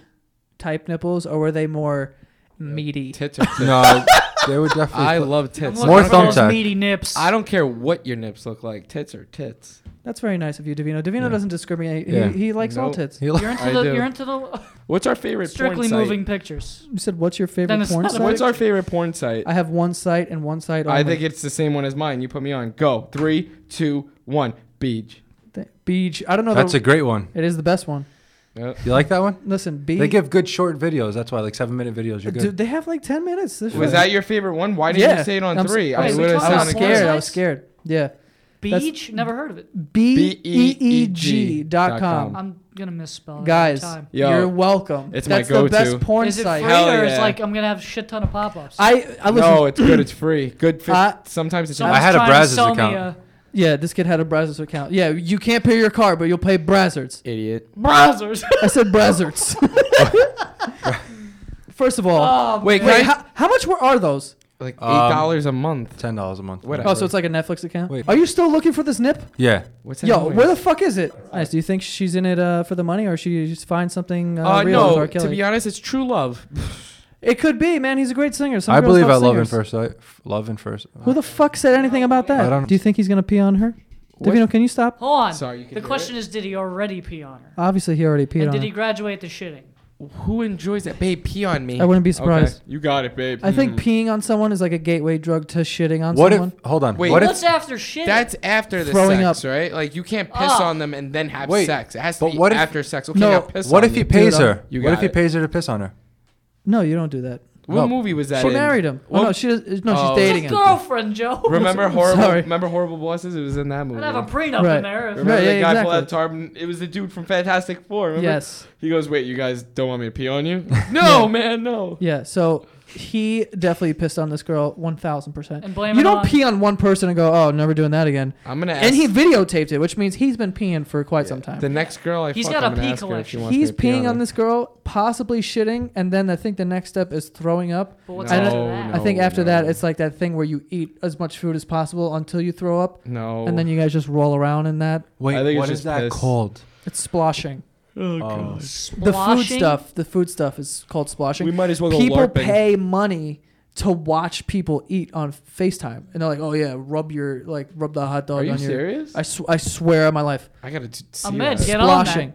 [SPEAKER 1] type nipples, or were they more meaty?
[SPEAKER 2] Tits are tits.
[SPEAKER 4] no, they were definitely.
[SPEAKER 2] I love tits.
[SPEAKER 4] looking More
[SPEAKER 2] I
[SPEAKER 4] thumb-
[SPEAKER 2] don't,
[SPEAKER 3] thumbs
[SPEAKER 4] thumbtack.
[SPEAKER 3] meaty nips.
[SPEAKER 2] I don't care what your nips look like. Tits are tits.
[SPEAKER 1] That's very nice of you, Divino. Divino
[SPEAKER 4] Yeah.
[SPEAKER 1] doesn't discriminate.
[SPEAKER 4] Yeah.
[SPEAKER 1] He, he likes all
[SPEAKER 2] Nope.
[SPEAKER 1] tits.
[SPEAKER 4] He lo-
[SPEAKER 3] You're into
[SPEAKER 2] I
[SPEAKER 3] the.
[SPEAKER 2] do.
[SPEAKER 3] You're into the
[SPEAKER 2] What's our favorite porn
[SPEAKER 3] strictly
[SPEAKER 2] site?
[SPEAKER 3] moving pictures.
[SPEAKER 1] You said, "What's your favorite
[SPEAKER 3] Then it's
[SPEAKER 1] porn
[SPEAKER 3] not-
[SPEAKER 1] site?"
[SPEAKER 2] What's our favorite porn site?
[SPEAKER 1] I have one site and one site only.
[SPEAKER 2] I think it's the same one as mine. You put me on. Go. Three, two, one. Beach.
[SPEAKER 1] Th- Beach. I don't know.
[SPEAKER 4] That's
[SPEAKER 1] the,
[SPEAKER 4] a great one.
[SPEAKER 1] it is the best one.
[SPEAKER 2] Yep.
[SPEAKER 4] You like that one?
[SPEAKER 1] Listen, Beach.
[SPEAKER 4] They give good short videos. That's why, like seven minute videos, you're
[SPEAKER 1] Dude,
[SPEAKER 4] good.
[SPEAKER 1] they have like ten minutes. This
[SPEAKER 2] Was
[SPEAKER 1] is-
[SPEAKER 2] that your favorite one? Why didn't
[SPEAKER 1] Yeah.
[SPEAKER 2] you say it on
[SPEAKER 1] I'm s-
[SPEAKER 2] three?
[SPEAKER 1] I
[SPEAKER 2] I
[SPEAKER 3] was
[SPEAKER 2] would have
[SPEAKER 1] I
[SPEAKER 3] talking about
[SPEAKER 1] was
[SPEAKER 2] sounded
[SPEAKER 3] porn
[SPEAKER 1] scared.
[SPEAKER 2] good.
[SPEAKER 1] I
[SPEAKER 3] sites?
[SPEAKER 1] was scared. Yeah. That's-
[SPEAKER 3] Beach. Never heard of it.
[SPEAKER 1] B e e g
[SPEAKER 2] B-E-E-G
[SPEAKER 1] dot
[SPEAKER 2] dot
[SPEAKER 1] com.
[SPEAKER 2] com.
[SPEAKER 3] I'm gonna misspell. it
[SPEAKER 1] Guys,
[SPEAKER 3] every time.
[SPEAKER 2] Yo,
[SPEAKER 1] you're welcome.
[SPEAKER 2] it's my
[SPEAKER 1] That's the best
[SPEAKER 2] go-to.
[SPEAKER 1] porn
[SPEAKER 3] is it free
[SPEAKER 1] site.
[SPEAKER 2] Hell
[SPEAKER 3] or is
[SPEAKER 2] yeah.
[SPEAKER 3] like I'm gonna have a shit ton of pop-ups?
[SPEAKER 1] I I listen.
[SPEAKER 2] No, it's good. It's free. Good. Fi-
[SPEAKER 1] Uh,
[SPEAKER 2] sometimes it's.
[SPEAKER 4] I
[SPEAKER 3] Someone's
[SPEAKER 4] had a
[SPEAKER 3] trying to
[SPEAKER 4] Brazzers
[SPEAKER 3] sell me
[SPEAKER 4] account.
[SPEAKER 3] a-
[SPEAKER 1] Yeah, this kid had a Brazzers account. Yeah, you can't pay your car, but you'll pay Brazzers.
[SPEAKER 2] Idiot.
[SPEAKER 3] Brazzers.
[SPEAKER 1] I said Brazzers. First of all,
[SPEAKER 3] Oh,
[SPEAKER 2] Wait,
[SPEAKER 1] wait,
[SPEAKER 2] can I-
[SPEAKER 1] how, how much were, are those?
[SPEAKER 2] Like eight
[SPEAKER 4] Um,
[SPEAKER 2] dollars a month.
[SPEAKER 4] Ten dollars a month.
[SPEAKER 2] Whatever.
[SPEAKER 1] Oh, so it's like a Netflix account.
[SPEAKER 4] Wait.
[SPEAKER 1] Are you still looking for this nip?
[SPEAKER 4] Yeah.
[SPEAKER 2] What's that
[SPEAKER 1] Yo,
[SPEAKER 2] noise?
[SPEAKER 1] where the fuck is it? Nice. Do you think she's in it uh, for the money, or she just finds something uh,
[SPEAKER 2] uh,
[SPEAKER 1] real with
[SPEAKER 2] no,
[SPEAKER 1] R.
[SPEAKER 2] to
[SPEAKER 1] Kelly?
[SPEAKER 2] be honest, it's true love.
[SPEAKER 1] it could be, man. He's a great singer. Some
[SPEAKER 4] I
[SPEAKER 1] girls
[SPEAKER 4] believe I love in
[SPEAKER 1] singers.
[SPEAKER 4] first sight. F- Love in first.
[SPEAKER 1] Who the fuck said anything about that?
[SPEAKER 4] I don't-
[SPEAKER 1] Do you think he's gonna pee on her?
[SPEAKER 2] What?
[SPEAKER 1] Davino, can you stop?
[SPEAKER 3] Hold on.
[SPEAKER 2] Sorry, you can
[SPEAKER 3] the
[SPEAKER 2] do
[SPEAKER 3] question is, did he already pee on her?
[SPEAKER 1] Obviously, he already peed
[SPEAKER 3] and
[SPEAKER 1] on
[SPEAKER 3] did
[SPEAKER 1] her.
[SPEAKER 3] he graduate the shitting?
[SPEAKER 2] Who enjoys that? Babe, pee on me.
[SPEAKER 1] I wouldn't be surprised.
[SPEAKER 2] You got it, babe. Mm.
[SPEAKER 1] I think peeing on someone is like a gateway drug to shitting on
[SPEAKER 4] What
[SPEAKER 1] someone.
[SPEAKER 4] if? Hold on.
[SPEAKER 2] Wait,
[SPEAKER 4] what if?
[SPEAKER 3] What's after shitting?
[SPEAKER 2] That's after the
[SPEAKER 1] Throwing
[SPEAKER 2] sex, right? Like you can't piss
[SPEAKER 3] Oh.
[SPEAKER 2] on them and then have
[SPEAKER 4] Wait,
[SPEAKER 2] sex. It has to
[SPEAKER 4] but
[SPEAKER 2] be
[SPEAKER 4] what if-
[SPEAKER 2] after sex. Okay,
[SPEAKER 1] No,
[SPEAKER 2] now piss
[SPEAKER 4] What
[SPEAKER 2] on
[SPEAKER 4] if he
[SPEAKER 2] me.
[SPEAKER 4] pays
[SPEAKER 1] Dude,
[SPEAKER 4] her?
[SPEAKER 2] you
[SPEAKER 4] What
[SPEAKER 2] got
[SPEAKER 4] if he
[SPEAKER 2] it.
[SPEAKER 4] pays her to piss on her?
[SPEAKER 1] no, you don't do that.
[SPEAKER 2] What
[SPEAKER 4] No.
[SPEAKER 2] movie was that?
[SPEAKER 1] she
[SPEAKER 2] in?
[SPEAKER 1] married him. Oh,
[SPEAKER 2] What-
[SPEAKER 1] no, she does, no,
[SPEAKER 2] Oh.
[SPEAKER 1] she's
[SPEAKER 3] It's
[SPEAKER 1] dating
[SPEAKER 3] a
[SPEAKER 1] him.
[SPEAKER 3] girlfrible, Joe.
[SPEAKER 2] Remember horrible.
[SPEAKER 1] Sorry.
[SPEAKER 2] Remember horrible bosses. It was in that movie.
[SPEAKER 3] I'd have a prenup
[SPEAKER 1] Right.
[SPEAKER 3] in there. If
[SPEAKER 2] Remember
[SPEAKER 1] Right,
[SPEAKER 2] that
[SPEAKER 1] yeah,
[SPEAKER 2] guy
[SPEAKER 1] exactly.
[SPEAKER 2] pulled out tarp and It was the dude from Fantastic Four. Remember?
[SPEAKER 1] Yes.
[SPEAKER 2] He goes, "Wait, you guys don't want me to pee on you? no,
[SPEAKER 1] Yeah.
[SPEAKER 2] man, no."
[SPEAKER 1] Yeah. So he definitely pissed on this girl one thousand percent.
[SPEAKER 3] And blame
[SPEAKER 1] You
[SPEAKER 3] it
[SPEAKER 1] don't
[SPEAKER 3] on-
[SPEAKER 1] pee on one person and go, "Oh, never doing that again."
[SPEAKER 2] I'm gonna. Ask
[SPEAKER 1] And he videotaped it, which means he's been peeing for quite some time.
[SPEAKER 2] The next girl I
[SPEAKER 3] He's
[SPEAKER 2] fuck,
[SPEAKER 3] got a
[SPEAKER 2] I'm gonna ask
[SPEAKER 3] pee
[SPEAKER 2] her if she
[SPEAKER 3] collection.
[SPEAKER 2] wants me
[SPEAKER 1] He's
[SPEAKER 2] to pee
[SPEAKER 1] peeing on
[SPEAKER 2] her.
[SPEAKER 1] this girl, possibly shitting, and then I think the next step is throwing up.
[SPEAKER 3] But what's
[SPEAKER 1] No,
[SPEAKER 3] after that?
[SPEAKER 1] I think
[SPEAKER 2] No,
[SPEAKER 1] after that,
[SPEAKER 2] no.
[SPEAKER 1] it's like that thing where you eat as much food as possible until you throw up,
[SPEAKER 2] No.
[SPEAKER 1] and then you guys just roll around in that.
[SPEAKER 4] Wait,
[SPEAKER 2] I think it's
[SPEAKER 4] what
[SPEAKER 2] just
[SPEAKER 4] is that
[SPEAKER 2] piss.
[SPEAKER 4] called? Um,
[SPEAKER 1] It's splashing.
[SPEAKER 2] Oh,
[SPEAKER 4] God.
[SPEAKER 1] The food
[SPEAKER 3] Splashing?
[SPEAKER 1] stuff. The food stuff is called splashing.
[SPEAKER 2] We might as well go
[SPEAKER 1] people
[SPEAKER 2] LARPing.
[SPEAKER 1] pay money to watch people eat on FaceTime, and they're like, "Oh yeah, rub your like rub the hot dog
[SPEAKER 2] Are you
[SPEAKER 1] on your."
[SPEAKER 2] serious?
[SPEAKER 1] I, sw- I swear on my life,
[SPEAKER 2] I gotta t- see
[SPEAKER 3] Ahmed,
[SPEAKER 2] that.
[SPEAKER 3] Oh, get on that.
[SPEAKER 1] splashing,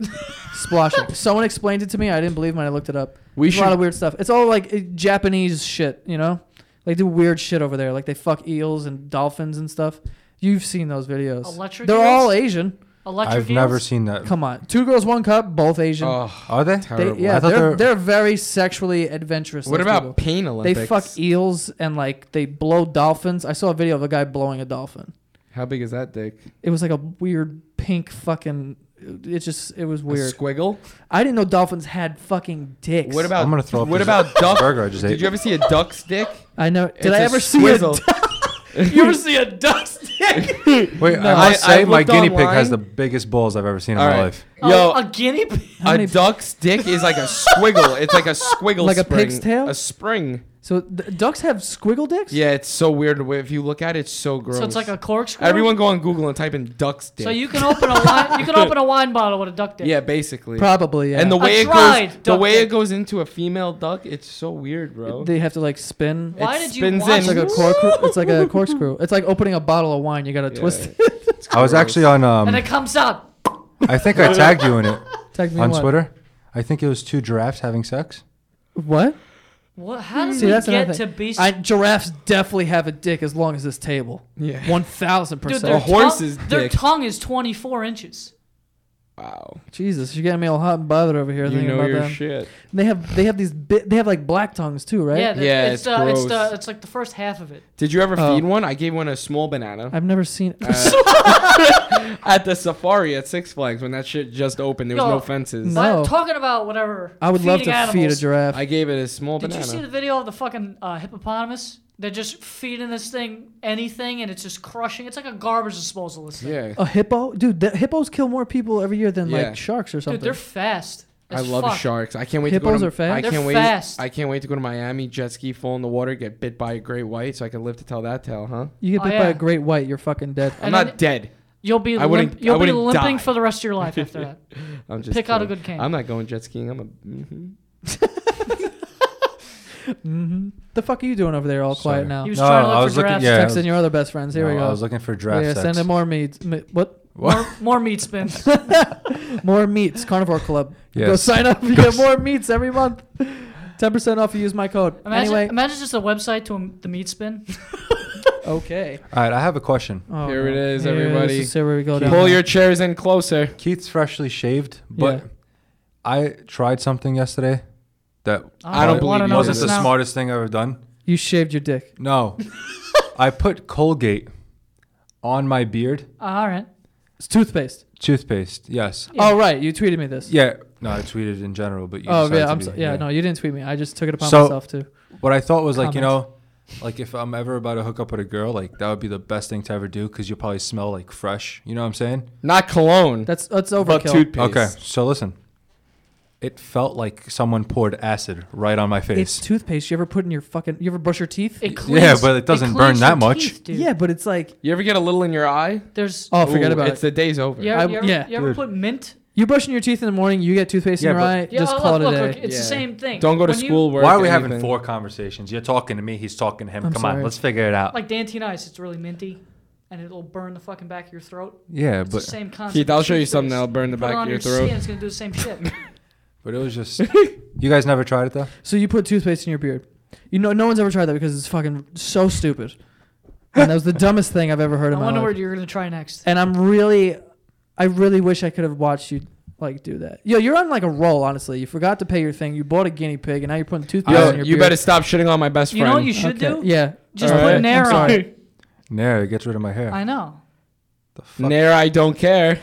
[SPEAKER 1] splashing. Someone explained it to me. I didn't believe him. and I looked it up.
[SPEAKER 2] We
[SPEAKER 1] There's a lot
[SPEAKER 2] should-
[SPEAKER 1] of weird stuff. It's all like uh, Japanese shit, you know. They do weird shit over there. Like they fuck eels and dolphins and stuff. You've seen those videos.
[SPEAKER 3] Electric
[SPEAKER 1] They're
[SPEAKER 3] eels?
[SPEAKER 1] all Asian.
[SPEAKER 3] Electric
[SPEAKER 4] I've never
[SPEAKER 3] eels?
[SPEAKER 4] seen that.
[SPEAKER 1] Come on, two girls, one cup, both Asian.
[SPEAKER 2] Oh,
[SPEAKER 4] Are they?
[SPEAKER 1] they,
[SPEAKER 2] terrible.
[SPEAKER 1] yeah,
[SPEAKER 4] I thought
[SPEAKER 1] they're,
[SPEAKER 4] they
[SPEAKER 1] they're
[SPEAKER 4] were-
[SPEAKER 1] very sexually adventurous.
[SPEAKER 2] What
[SPEAKER 1] those
[SPEAKER 2] about
[SPEAKER 1] people.
[SPEAKER 2] pain Olympics?
[SPEAKER 1] They fuck e- eels and like they blow dolphins. I saw a video of a guy blowing a dolphin.
[SPEAKER 2] How big is that dick?
[SPEAKER 1] It was like a weird pink fucking. It just it was
[SPEAKER 2] A
[SPEAKER 1] weird.
[SPEAKER 2] squiggle.
[SPEAKER 1] I didn't know dolphins had fucking dicks.
[SPEAKER 2] What about?
[SPEAKER 4] I'm gonna throw up.
[SPEAKER 2] What
[SPEAKER 4] this
[SPEAKER 2] about duck?
[SPEAKER 4] burger I just ate?
[SPEAKER 2] Did you ever see a duck's dick?
[SPEAKER 1] I know.
[SPEAKER 2] It's
[SPEAKER 1] Did I
[SPEAKER 2] a
[SPEAKER 1] ever
[SPEAKER 2] squizzle.
[SPEAKER 1] see a? you ever see a dust dick?
[SPEAKER 4] Wait,
[SPEAKER 2] No.
[SPEAKER 4] I must
[SPEAKER 2] I-
[SPEAKER 4] say
[SPEAKER 2] I
[SPEAKER 4] my
[SPEAKER 2] looked
[SPEAKER 4] guinea pig
[SPEAKER 2] online.
[SPEAKER 4] has the biggest balls I've ever seen
[SPEAKER 2] All
[SPEAKER 4] in my
[SPEAKER 2] right.
[SPEAKER 4] life.
[SPEAKER 3] A-
[SPEAKER 2] Yo,
[SPEAKER 3] a guinea pig.
[SPEAKER 1] How many-
[SPEAKER 2] a duck's dick is like a squiggle. It's like a squiggle,
[SPEAKER 1] Like a
[SPEAKER 2] spring.
[SPEAKER 1] pig's tail?
[SPEAKER 2] a spring.
[SPEAKER 1] so th- ducks have squiggle dicks.
[SPEAKER 2] Yeah, it's so weird. If you look at it, it's so gross.
[SPEAKER 3] So it's like a corkscrew.
[SPEAKER 2] Everyone go on Google and type in duck's dick.
[SPEAKER 3] So you can open a wine. You can open a wine bottle with a duck dick.
[SPEAKER 2] yeah, basically.
[SPEAKER 1] Probably. Yeah.
[SPEAKER 2] And the way it
[SPEAKER 3] tried
[SPEAKER 2] goes, the
[SPEAKER 3] duck
[SPEAKER 2] way
[SPEAKER 3] dick.
[SPEAKER 2] it goes into a female duck, it's so weird, bro.
[SPEAKER 1] they have to like spin.
[SPEAKER 3] Why
[SPEAKER 2] it
[SPEAKER 3] did you
[SPEAKER 2] spins
[SPEAKER 3] watch
[SPEAKER 2] in.
[SPEAKER 1] It's like a
[SPEAKER 3] this?
[SPEAKER 1] cork. It's like a corkscrew. It's like opening a bottle of wine. You gotta twist. it.
[SPEAKER 4] I was actually on.
[SPEAKER 3] and
[SPEAKER 4] Um,
[SPEAKER 3] it comes out.
[SPEAKER 4] I think I tagged you in it
[SPEAKER 1] Tag me
[SPEAKER 4] on
[SPEAKER 1] what?
[SPEAKER 4] Twitter. I think it was two giraffes having sex.
[SPEAKER 1] What?
[SPEAKER 3] What? How did
[SPEAKER 1] Hmm. See,
[SPEAKER 3] we
[SPEAKER 1] that's
[SPEAKER 3] get
[SPEAKER 1] another
[SPEAKER 3] to
[SPEAKER 1] thing.
[SPEAKER 3] be?
[SPEAKER 1] I, giraffes definitely have a dick as long as this table.
[SPEAKER 2] Yeah.
[SPEAKER 1] One thousand
[SPEAKER 3] Dude,
[SPEAKER 1] percent.
[SPEAKER 3] their,
[SPEAKER 2] A horse's
[SPEAKER 3] tongue, their
[SPEAKER 2] dick.
[SPEAKER 3] tongue is 24 inches.
[SPEAKER 2] Wow.
[SPEAKER 1] Jesus, you're getting me all hot and bothered over here.
[SPEAKER 2] You
[SPEAKER 1] thinking
[SPEAKER 2] know
[SPEAKER 1] about
[SPEAKER 2] your
[SPEAKER 1] them.
[SPEAKER 2] shit.
[SPEAKER 1] They have they have these bi- they have like black tongues too, right?
[SPEAKER 3] Yeah, the-
[SPEAKER 2] Yeah,
[SPEAKER 3] it's,
[SPEAKER 2] it's
[SPEAKER 3] uh, it's,
[SPEAKER 2] gross.
[SPEAKER 3] the, it's like the first half of it.
[SPEAKER 2] Did you ever
[SPEAKER 1] Oh.
[SPEAKER 2] feed one? I gave one a small banana
[SPEAKER 1] I've never seen.
[SPEAKER 2] Uh, at the safari at Six Flags when that shit just opened. There was
[SPEAKER 3] Yo,
[SPEAKER 2] no fences.
[SPEAKER 1] No.
[SPEAKER 3] But talking about whatever.
[SPEAKER 1] I would love
[SPEAKER 3] feeding
[SPEAKER 1] to
[SPEAKER 3] animals,
[SPEAKER 1] feed a giraffe.
[SPEAKER 2] I gave it a small
[SPEAKER 3] Did you
[SPEAKER 2] banana.
[SPEAKER 3] see the video of the fucking uh, hippopotamus? They're just feeding this thing anything, and it's just crushing. It's like a garbage disposal. This thing.
[SPEAKER 2] yeah.
[SPEAKER 1] a hippo, dude. The hippos kill more people every year than
[SPEAKER 2] Yeah.
[SPEAKER 1] like sharks or
[SPEAKER 3] dude,
[SPEAKER 1] something.
[SPEAKER 3] they're fast.
[SPEAKER 2] I
[SPEAKER 3] as
[SPEAKER 2] love
[SPEAKER 3] fuck.
[SPEAKER 2] sharks. I can't wait to go
[SPEAKER 1] Hippos
[SPEAKER 2] to
[SPEAKER 1] are fast.
[SPEAKER 2] I
[SPEAKER 3] They're
[SPEAKER 2] can't wait.
[SPEAKER 3] fast.
[SPEAKER 2] I can't wait to go to Miami, jet ski, fall in the water, get bit by a great white, so I can live to tell that tale, huh?
[SPEAKER 1] you get
[SPEAKER 3] Oh,
[SPEAKER 1] bit by
[SPEAKER 3] yeah.
[SPEAKER 1] a great white, you're fucking dead.
[SPEAKER 2] I'm
[SPEAKER 3] And
[SPEAKER 2] not
[SPEAKER 3] then-
[SPEAKER 2] dead.
[SPEAKER 3] You'll be
[SPEAKER 2] I
[SPEAKER 3] limp,
[SPEAKER 2] wouldn't- I
[SPEAKER 3] you'll be
[SPEAKER 2] wouldn't
[SPEAKER 3] limping
[SPEAKER 2] die.
[SPEAKER 3] for the rest of your life after that.
[SPEAKER 2] I'm just
[SPEAKER 3] Pick out a
[SPEAKER 2] kidding.
[SPEAKER 3] good cane.
[SPEAKER 2] I'm not going jet skiing. I'm a. mhm.
[SPEAKER 1] hmm The fuck are you doing over there, all
[SPEAKER 4] Sorry.
[SPEAKER 1] quiet now?
[SPEAKER 3] He
[SPEAKER 1] You
[SPEAKER 3] was
[SPEAKER 4] No,
[SPEAKER 3] trying to look
[SPEAKER 4] I
[SPEAKER 3] for
[SPEAKER 4] was looking.
[SPEAKER 3] giraffes.
[SPEAKER 4] Yeah, I was,
[SPEAKER 1] Texting your other best friends. Here we
[SPEAKER 4] no,
[SPEAKER 1] go.
[SPEAKER 4] I was looking for giraffe
[SPEAKER 1] yeah,
[SPEAKER 4] sex.
[SPEAKER 1] sending more meats. Me- what?
[SPEAKER 3] More, more meat spins.
[SPEAKER 1] More meats. Carnivore Club. Go
[SPEAKER 4] Yes.
[SPEAKER 1] sign up. You get more meats every month. Ten percent off. You use my code.
[SPEAKER 3] Imagine,
[SPEAKER 1] anyway,
[SPEAKER 3] imagine just a website to um, the meat spin.
[SPEAKER 1] okay.
[SPEAKER 4] All right, I have a question.
[SPEAKER 1] Oh,
[SPEAKER 2] Here it is,
[SPEAKER 1] Here
[SPEAKER 2] everybody.
[SPEAKER 1] This is where we go down.
[SPEAKER 2] Pull your chairs in closer.
[SPEAKER 4] Keith's freshly shaved, but
[SPEAKER 1] Yeah.
[SPEAKER 4] I tried something yesterday that
[SPEAKER 2] I don't
[SPEAKER 3] wanna
[SPEAKER 2] believe
[SPEAKER 3] know
[SPEAKER 2] you.
[SPEAKER 4] wasn't
[SPEAKER 3] this
[SPEAKER 4] the
[SPEAKER 3] now.
[SPEAKER 4] smartest thing I've ever done.
[SPEAKER 1] You shaved your dick.
[SPEAKER 4] No, I put Colgate on my beard.
[SPEAKER 3] All right.
[SPEAKER 1] It's toothpaste.
[SPEAKER 4] Toothpaste, yes.
[SPEAKER 3] Yeah.
[SPEAKER 1] Oh right, you tweeted me this.
[SPEAKER 4] Yeah, no, I tweeted in general, but you.
[SPEAKER 1] oh
[SPEAKER 4] decided
[SPEAKER 1] yeah,
[SPEAKER 4] to
[SPEAKER 1] I'm
[SPEAKER 4] be-
[SPEAKER 1] so, yeah, No, you didn't tweet me. I just took it upon
[SPEAKER 4] So-
[SPEAKER 1] myself to.
[SPEAKER 4] What I thought was like, you
[SPEAKER 1] Comment.
[SPEAKER 4] know, like if I'm ever about to hook up with a girl, like that would be the best thing to ever do because you'll probably smell like fresh. You know what I'm saying?
[SPEAKER 2] Not cologne,
[SPEAKER 1] That's that's
[SPEAKER 2] but
[SPEAKER 1] overkill.
[SPEAKER 2] toothpaste.
[SPEAKER 4] Okay, so listen. It felt like someone poured acid right on my
[SPEAKER 1] It's
[SPEAKER 4] face.
[SPEAKER 1] toothpaste. You ever put in your fucking? You ever brush your teeth?
[SPEAKER 3] It
[SPEAKER 4] Yeah,
[SPEAKER 3] cleans,
[SPEAKER 4] but it doesn't burn
[SPEAKER 3] cleans your
[SPEAKER 4] that much.
[SPEAKER 3] teeth, dude.
[SPEAKER 1] yeah, but it's like
[SPEAKER 2] You ever get a little in your eye?
[SPEAKER 3] There's.
[SPEAKER 1] oh, forget
[SPEAKER 2] Ooh,
[SPEAKER 1] about
[SPEAKER 2] it's
[SPEAKER 1] it.
[SPEAKER 2] the day's over.
[SPEAKER 3] You ever,
[SPEAKER 1] I-
[SPEAKER 3] you ever,
[SPEAKER 1] yeah.
[SPEAKER 3] you ever
[SPEAKER 4] Dude.
[SPEAKER 3] put mint?
[SPEAKER 1] You brushing your teeth in the morning, you get toothpaste in
[SPEAKER 4] Yeah,
[SPEAKER 1] your
[SPEAKER 4] but-
[SPEAKER 1] eye.
[SPEAKER 3] Yeah,
[SPEAKER 1] just
[SPEAKER 3] look,
[SPEAKER 1] call
[SPEAKER 3] look,
[SPEAKER 1] it a
[SPEAKER 3] look,
[SPEAKER 1] day.
[SPEAKER 3] It's
[SPEAKER 2] Yeah.
[SPEAKER 3] the same thing.
[SPEAKER 2] Don't go to
[SPEAKER 3] When you-
[SPEAKER 2] school. work,
[SPEAKER 4] Why are we
[SPEAKER 2] anything.
[SPEAKER 4] having four conversations? You're talking to me, he's talking to him.
[SPEAKER 1] I'm
[SPEAKER 4] Come
[SPEAKER 1] sorry.
[SPEAKER 4] on, let's figure it out.
[SPEAKER 3] like Dantine Ice, it's really minty, and it'll burn the fucking back of your throat.
[SPEAKER 4] yeah,
[SPEAKER 3] It's the
[SPEAKER 4] but
[SPEAKER 3] same concept.
[SPEAKER 2] Keith, I'll show you
[SPEAKER 3] Toothpaste.
[SPEAKER 2] something that'll burn the
[SPEAKER 3] Put it
[SPEAKER 2] back
[SPEAKER 3] on
[SPEAKER 2] of your
[SPEAKER 3] Skin,
[SPEAKER 2] throat.
[SPEAKER 3] it's gonna do the same shit.
[SPEAKER 4] but it was just. you guys never tried it though.
[SPEAKER 1] So you put toothpaste in your beard. You know, no one's ever tried that because it's fucking so stupid. and that was the dumbest thing I've ever heard
[SPEAKER 3] I
[SPEAKER 1] in my
[SPEAKER 3] wonder
[SPEAKER 1] life.
[SPEAKER 3] what you're gonna try next.
[SPEAKER 1] and I'm really, I really wish I could have watched you like do that. Yo, you're on like a roll. Honestly, you forgot to pay your thing. You bought a guinea pig, and now you're putting toothpaste
[SPEAKER 2] Yo,
[SPEAKER 1] in your
[SPEAKER 2] you
[SPEAKER 1] beard.
[SPEAKER 2] better stop shitting on my best
[SPEAKER 3] You
[SPEAKER 2] friend.
[SPEAKER 3] know what you should
[SPEAKER 1] Okay,
[SPEAKER 3] do?
[SPEAKER 1] Yeah.
[SPEAKER 3] Just
[SPEAKER 2] All
[SPEAKER 3] put
[SPEAKER 2] right.
[SPEAKER 3] an air
[SPEAKER 1] I'm
[SPEAKER 3] on.
[SPEAKER 1] sorry.
[SPEAKER 4] No, it gets rid of my hair.
[SPEAKER 3] I know.
[SPEAKER 4] the fuck?
[SPEAKER 2] Nair, I don't care.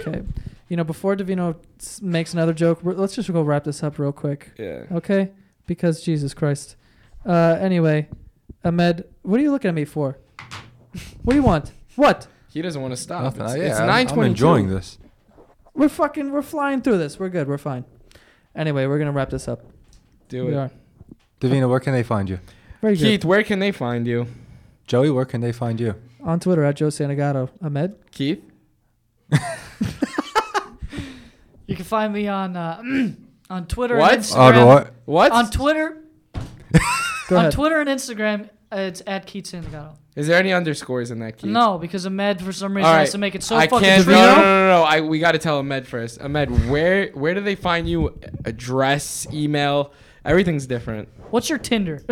[SPEAKER 1] Okay. You know, before Davino s- makes another joke, we're- let's just go wrap this up real quick,
[SPEAKER 2] Yeah.
[SPEAKER 1] okay? Because Jesus Christ. Uh, anyway, Ahmed, what are you looking at me for? What do you want? What?
[SPEAKER 2] He doesn't want to stop.
[SPEAKER 4] Nothing. Oh,
[SPEAKER 2] It's,
[SPEAKER 4] yeah,
[SPEAKER 2] it's
[SPEAKER 4] I'm-
[SPEAKER 2] 9:22.
[SPEAKER 4] I'm enjoying this.
[SPEAKER 1] We're fucking, we're flying through this. We're good. We're fine. Anyway, we're gonna wrap this up.
[SPEAKER 2] Do
[SPEAKER 1] we
[SPEAKER 2] it.
[SPEAKER 1] are
[SPEAKER 4] Davina, where can they find you?
[SPEAKER 1] very good.
[SPEAKER 2] Keith, where can they find you?
[SPEAKER 4] Joey, where can they find you?
[SPEAKER 1] On Twitter at Joe Santagato. Ahmed.
[SPEAKER 2] Keith?
[SPEAKER 3] You can find me on uh, on Twitter
[SPEAKER 2] What?
[SPEAKER 3] and Instagram.
[SPEAKER 4] Oh, the what?
[SPEAKER 2] What?
[SPEAKER 3] On Twitter,
[SPEAKER 1] Go
[SPEAKER 3] on
[SPEAKER 1] ahead.
[SPEAKER 3] Twitter and Instagram, uh, it's at Keith Sandegato.
[SPEAKER 2] Is there any underscores in that, Keith?
[SPEAKER 3] No, because Ahmed for some reason
[SPEAKER 2] All
[SPEAKER 3] has
[SPEAKER 2] right.
[SPEAKER 3] to make it so
[SPEAKER 2] I
[SPEAKER 3] fucking
[SPEAKER 2] can't. No,
[SPEAKER 3] tricky.
[SPEAKER 2] no, no, no, no. I, we got to tell Ahmed first. Ahmed, where where do they find you? Address, email, everything's different.
[SPEAKER 3] What's your Tinder?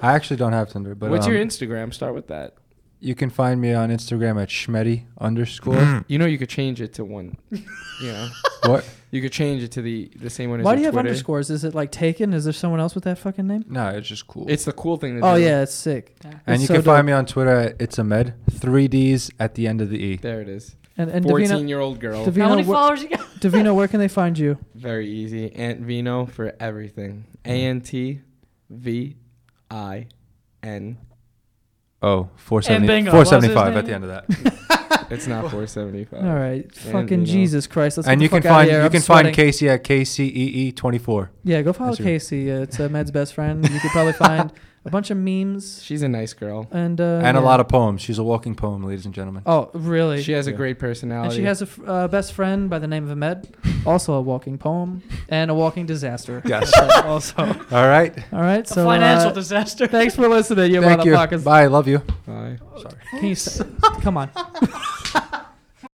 [SPEAKER 4] I actually don't have Tinder, but
[SPEAKER 2] What's
[SPEAKER 4] um,
[SPEAKER 2] your Instagram? Start with that.
[SPEAKER 4] you can find me on Instagram at schmetty
[SPEAKER 1] Mm.
[SPEAKER 4] underscore.
[SPEAKER 2] You know you could change it to one. You know
[SPEAKER 4] what?
[SPEAKER 2] you could change it to the the same one as
[SPEAKER 1] Why
[SPEAKER 2] your
[SPEAKER 1] do you have
[SPEAKER 2] Twitter.
[SPEAKER 1] underscores? Is it like taken? Is there someone else with that fucking name?
[SPEAKER 4] No, it's just cool.
[SPEAKER 2] It's the cool thing. To
[SPEAKER 1] Oh
[SPEAKER 2] do.
[SPEAKER 1] yeah, it's sick.
[SPEAKER 4] and
[SPEAKER 1] it's
[SPEAKER 4] you
[SPEAKER 1] so
[SPEAKER 4] can find
[SPEAKER 1] dope.
[SPEAKER 4] me on Twitter at it's a med. Three D's at the end of the E.
[SPEAKER 2] There it is.
[SPEAKER 1] And and Davina,
[SPEAKER 2] Fourteen-year-old girl.
[SPEAKER 1] Davina,
[SPEAKER 3] How many
[SPEAKER 1] where-
[SPEAKER 3] followers you got?
[SPEAKER 1] Davina, where can they find you?
[SPEAKER 2] Very easy. Aunt Vino for everything. A N T V I N.
[SPEAKER 4] Oh, 470,
[SPEAKER 3] And bingo. What was his
[SPEAKER 4] 475 at the
[SPEAKER 3] name?
[SPEAKER 4] end of that.
[SPEAKER 2] It's not four seventy
[SPEAKER 4] Uh,
[SPEAKER 2] five.
[SPEAKER 1] All right, fucking
[SPEAKER 2] you know.
[SPEAKER 1] Jesus Christ! Let's
[SPEAKER 4] and
[SPEAKER 1] get
[SPEAKER 4] you
[SPEAKER 1] the
[SPEAKER 4] can
[SPEAKER 1] fuck outta
[SPEAKER 4] find
[SPEAKER 1] here.
[SPEAKER 4] you
[SPEAKER 1] I'm
[SPEAKER 4] can
[SPEAKER 1] sweating.
[SPEAKER 4] find Casey at E KCEE24.
[SPEAKER 1] Yeah, go follow
[SPEAKER 4] That's your-
[SPEAKER 1] Casey. Uh, it's uh, Med's best friend. You could probably find a bunch of memes
[SPEAKER 2] She's a nice girl.
[SPEAKER 1] and uh,
[SPEAKER 4] and
[SPEAKER 1] yeah.
[SPEAKER 4] a lot of poems. She's a walking poem, ladies and gentlemen.
[SPEAKER 1] Oh, really?
[SPEAKER 2] She has a
[SPEAKER 4] Yeah.
[SPEAKER 2] great personality.
[SPEAKER 1] and she has a f- uh, best friend by the name of Ahmed, also a walking poem and a walking disaster.
[SPEAKER 4] Yes.
[SPEAKER 1] also, all
[SPEAKER 4] All right.
[SPEAKER 1] right. So
[SPEAKER 3] a financial
[SPEAKER 1] uh,
[SPEAKER 3] disaster.
[SPEAKER 1] Thanks for listening, you
[SPEAKER 4] Thank you.
[SPEAKER 1] motherfuckers.
[SPEAKER 4] Bye. I love you.
[SPEAKER 2] Bye.
[SPEAKER 1] Can you s- come on.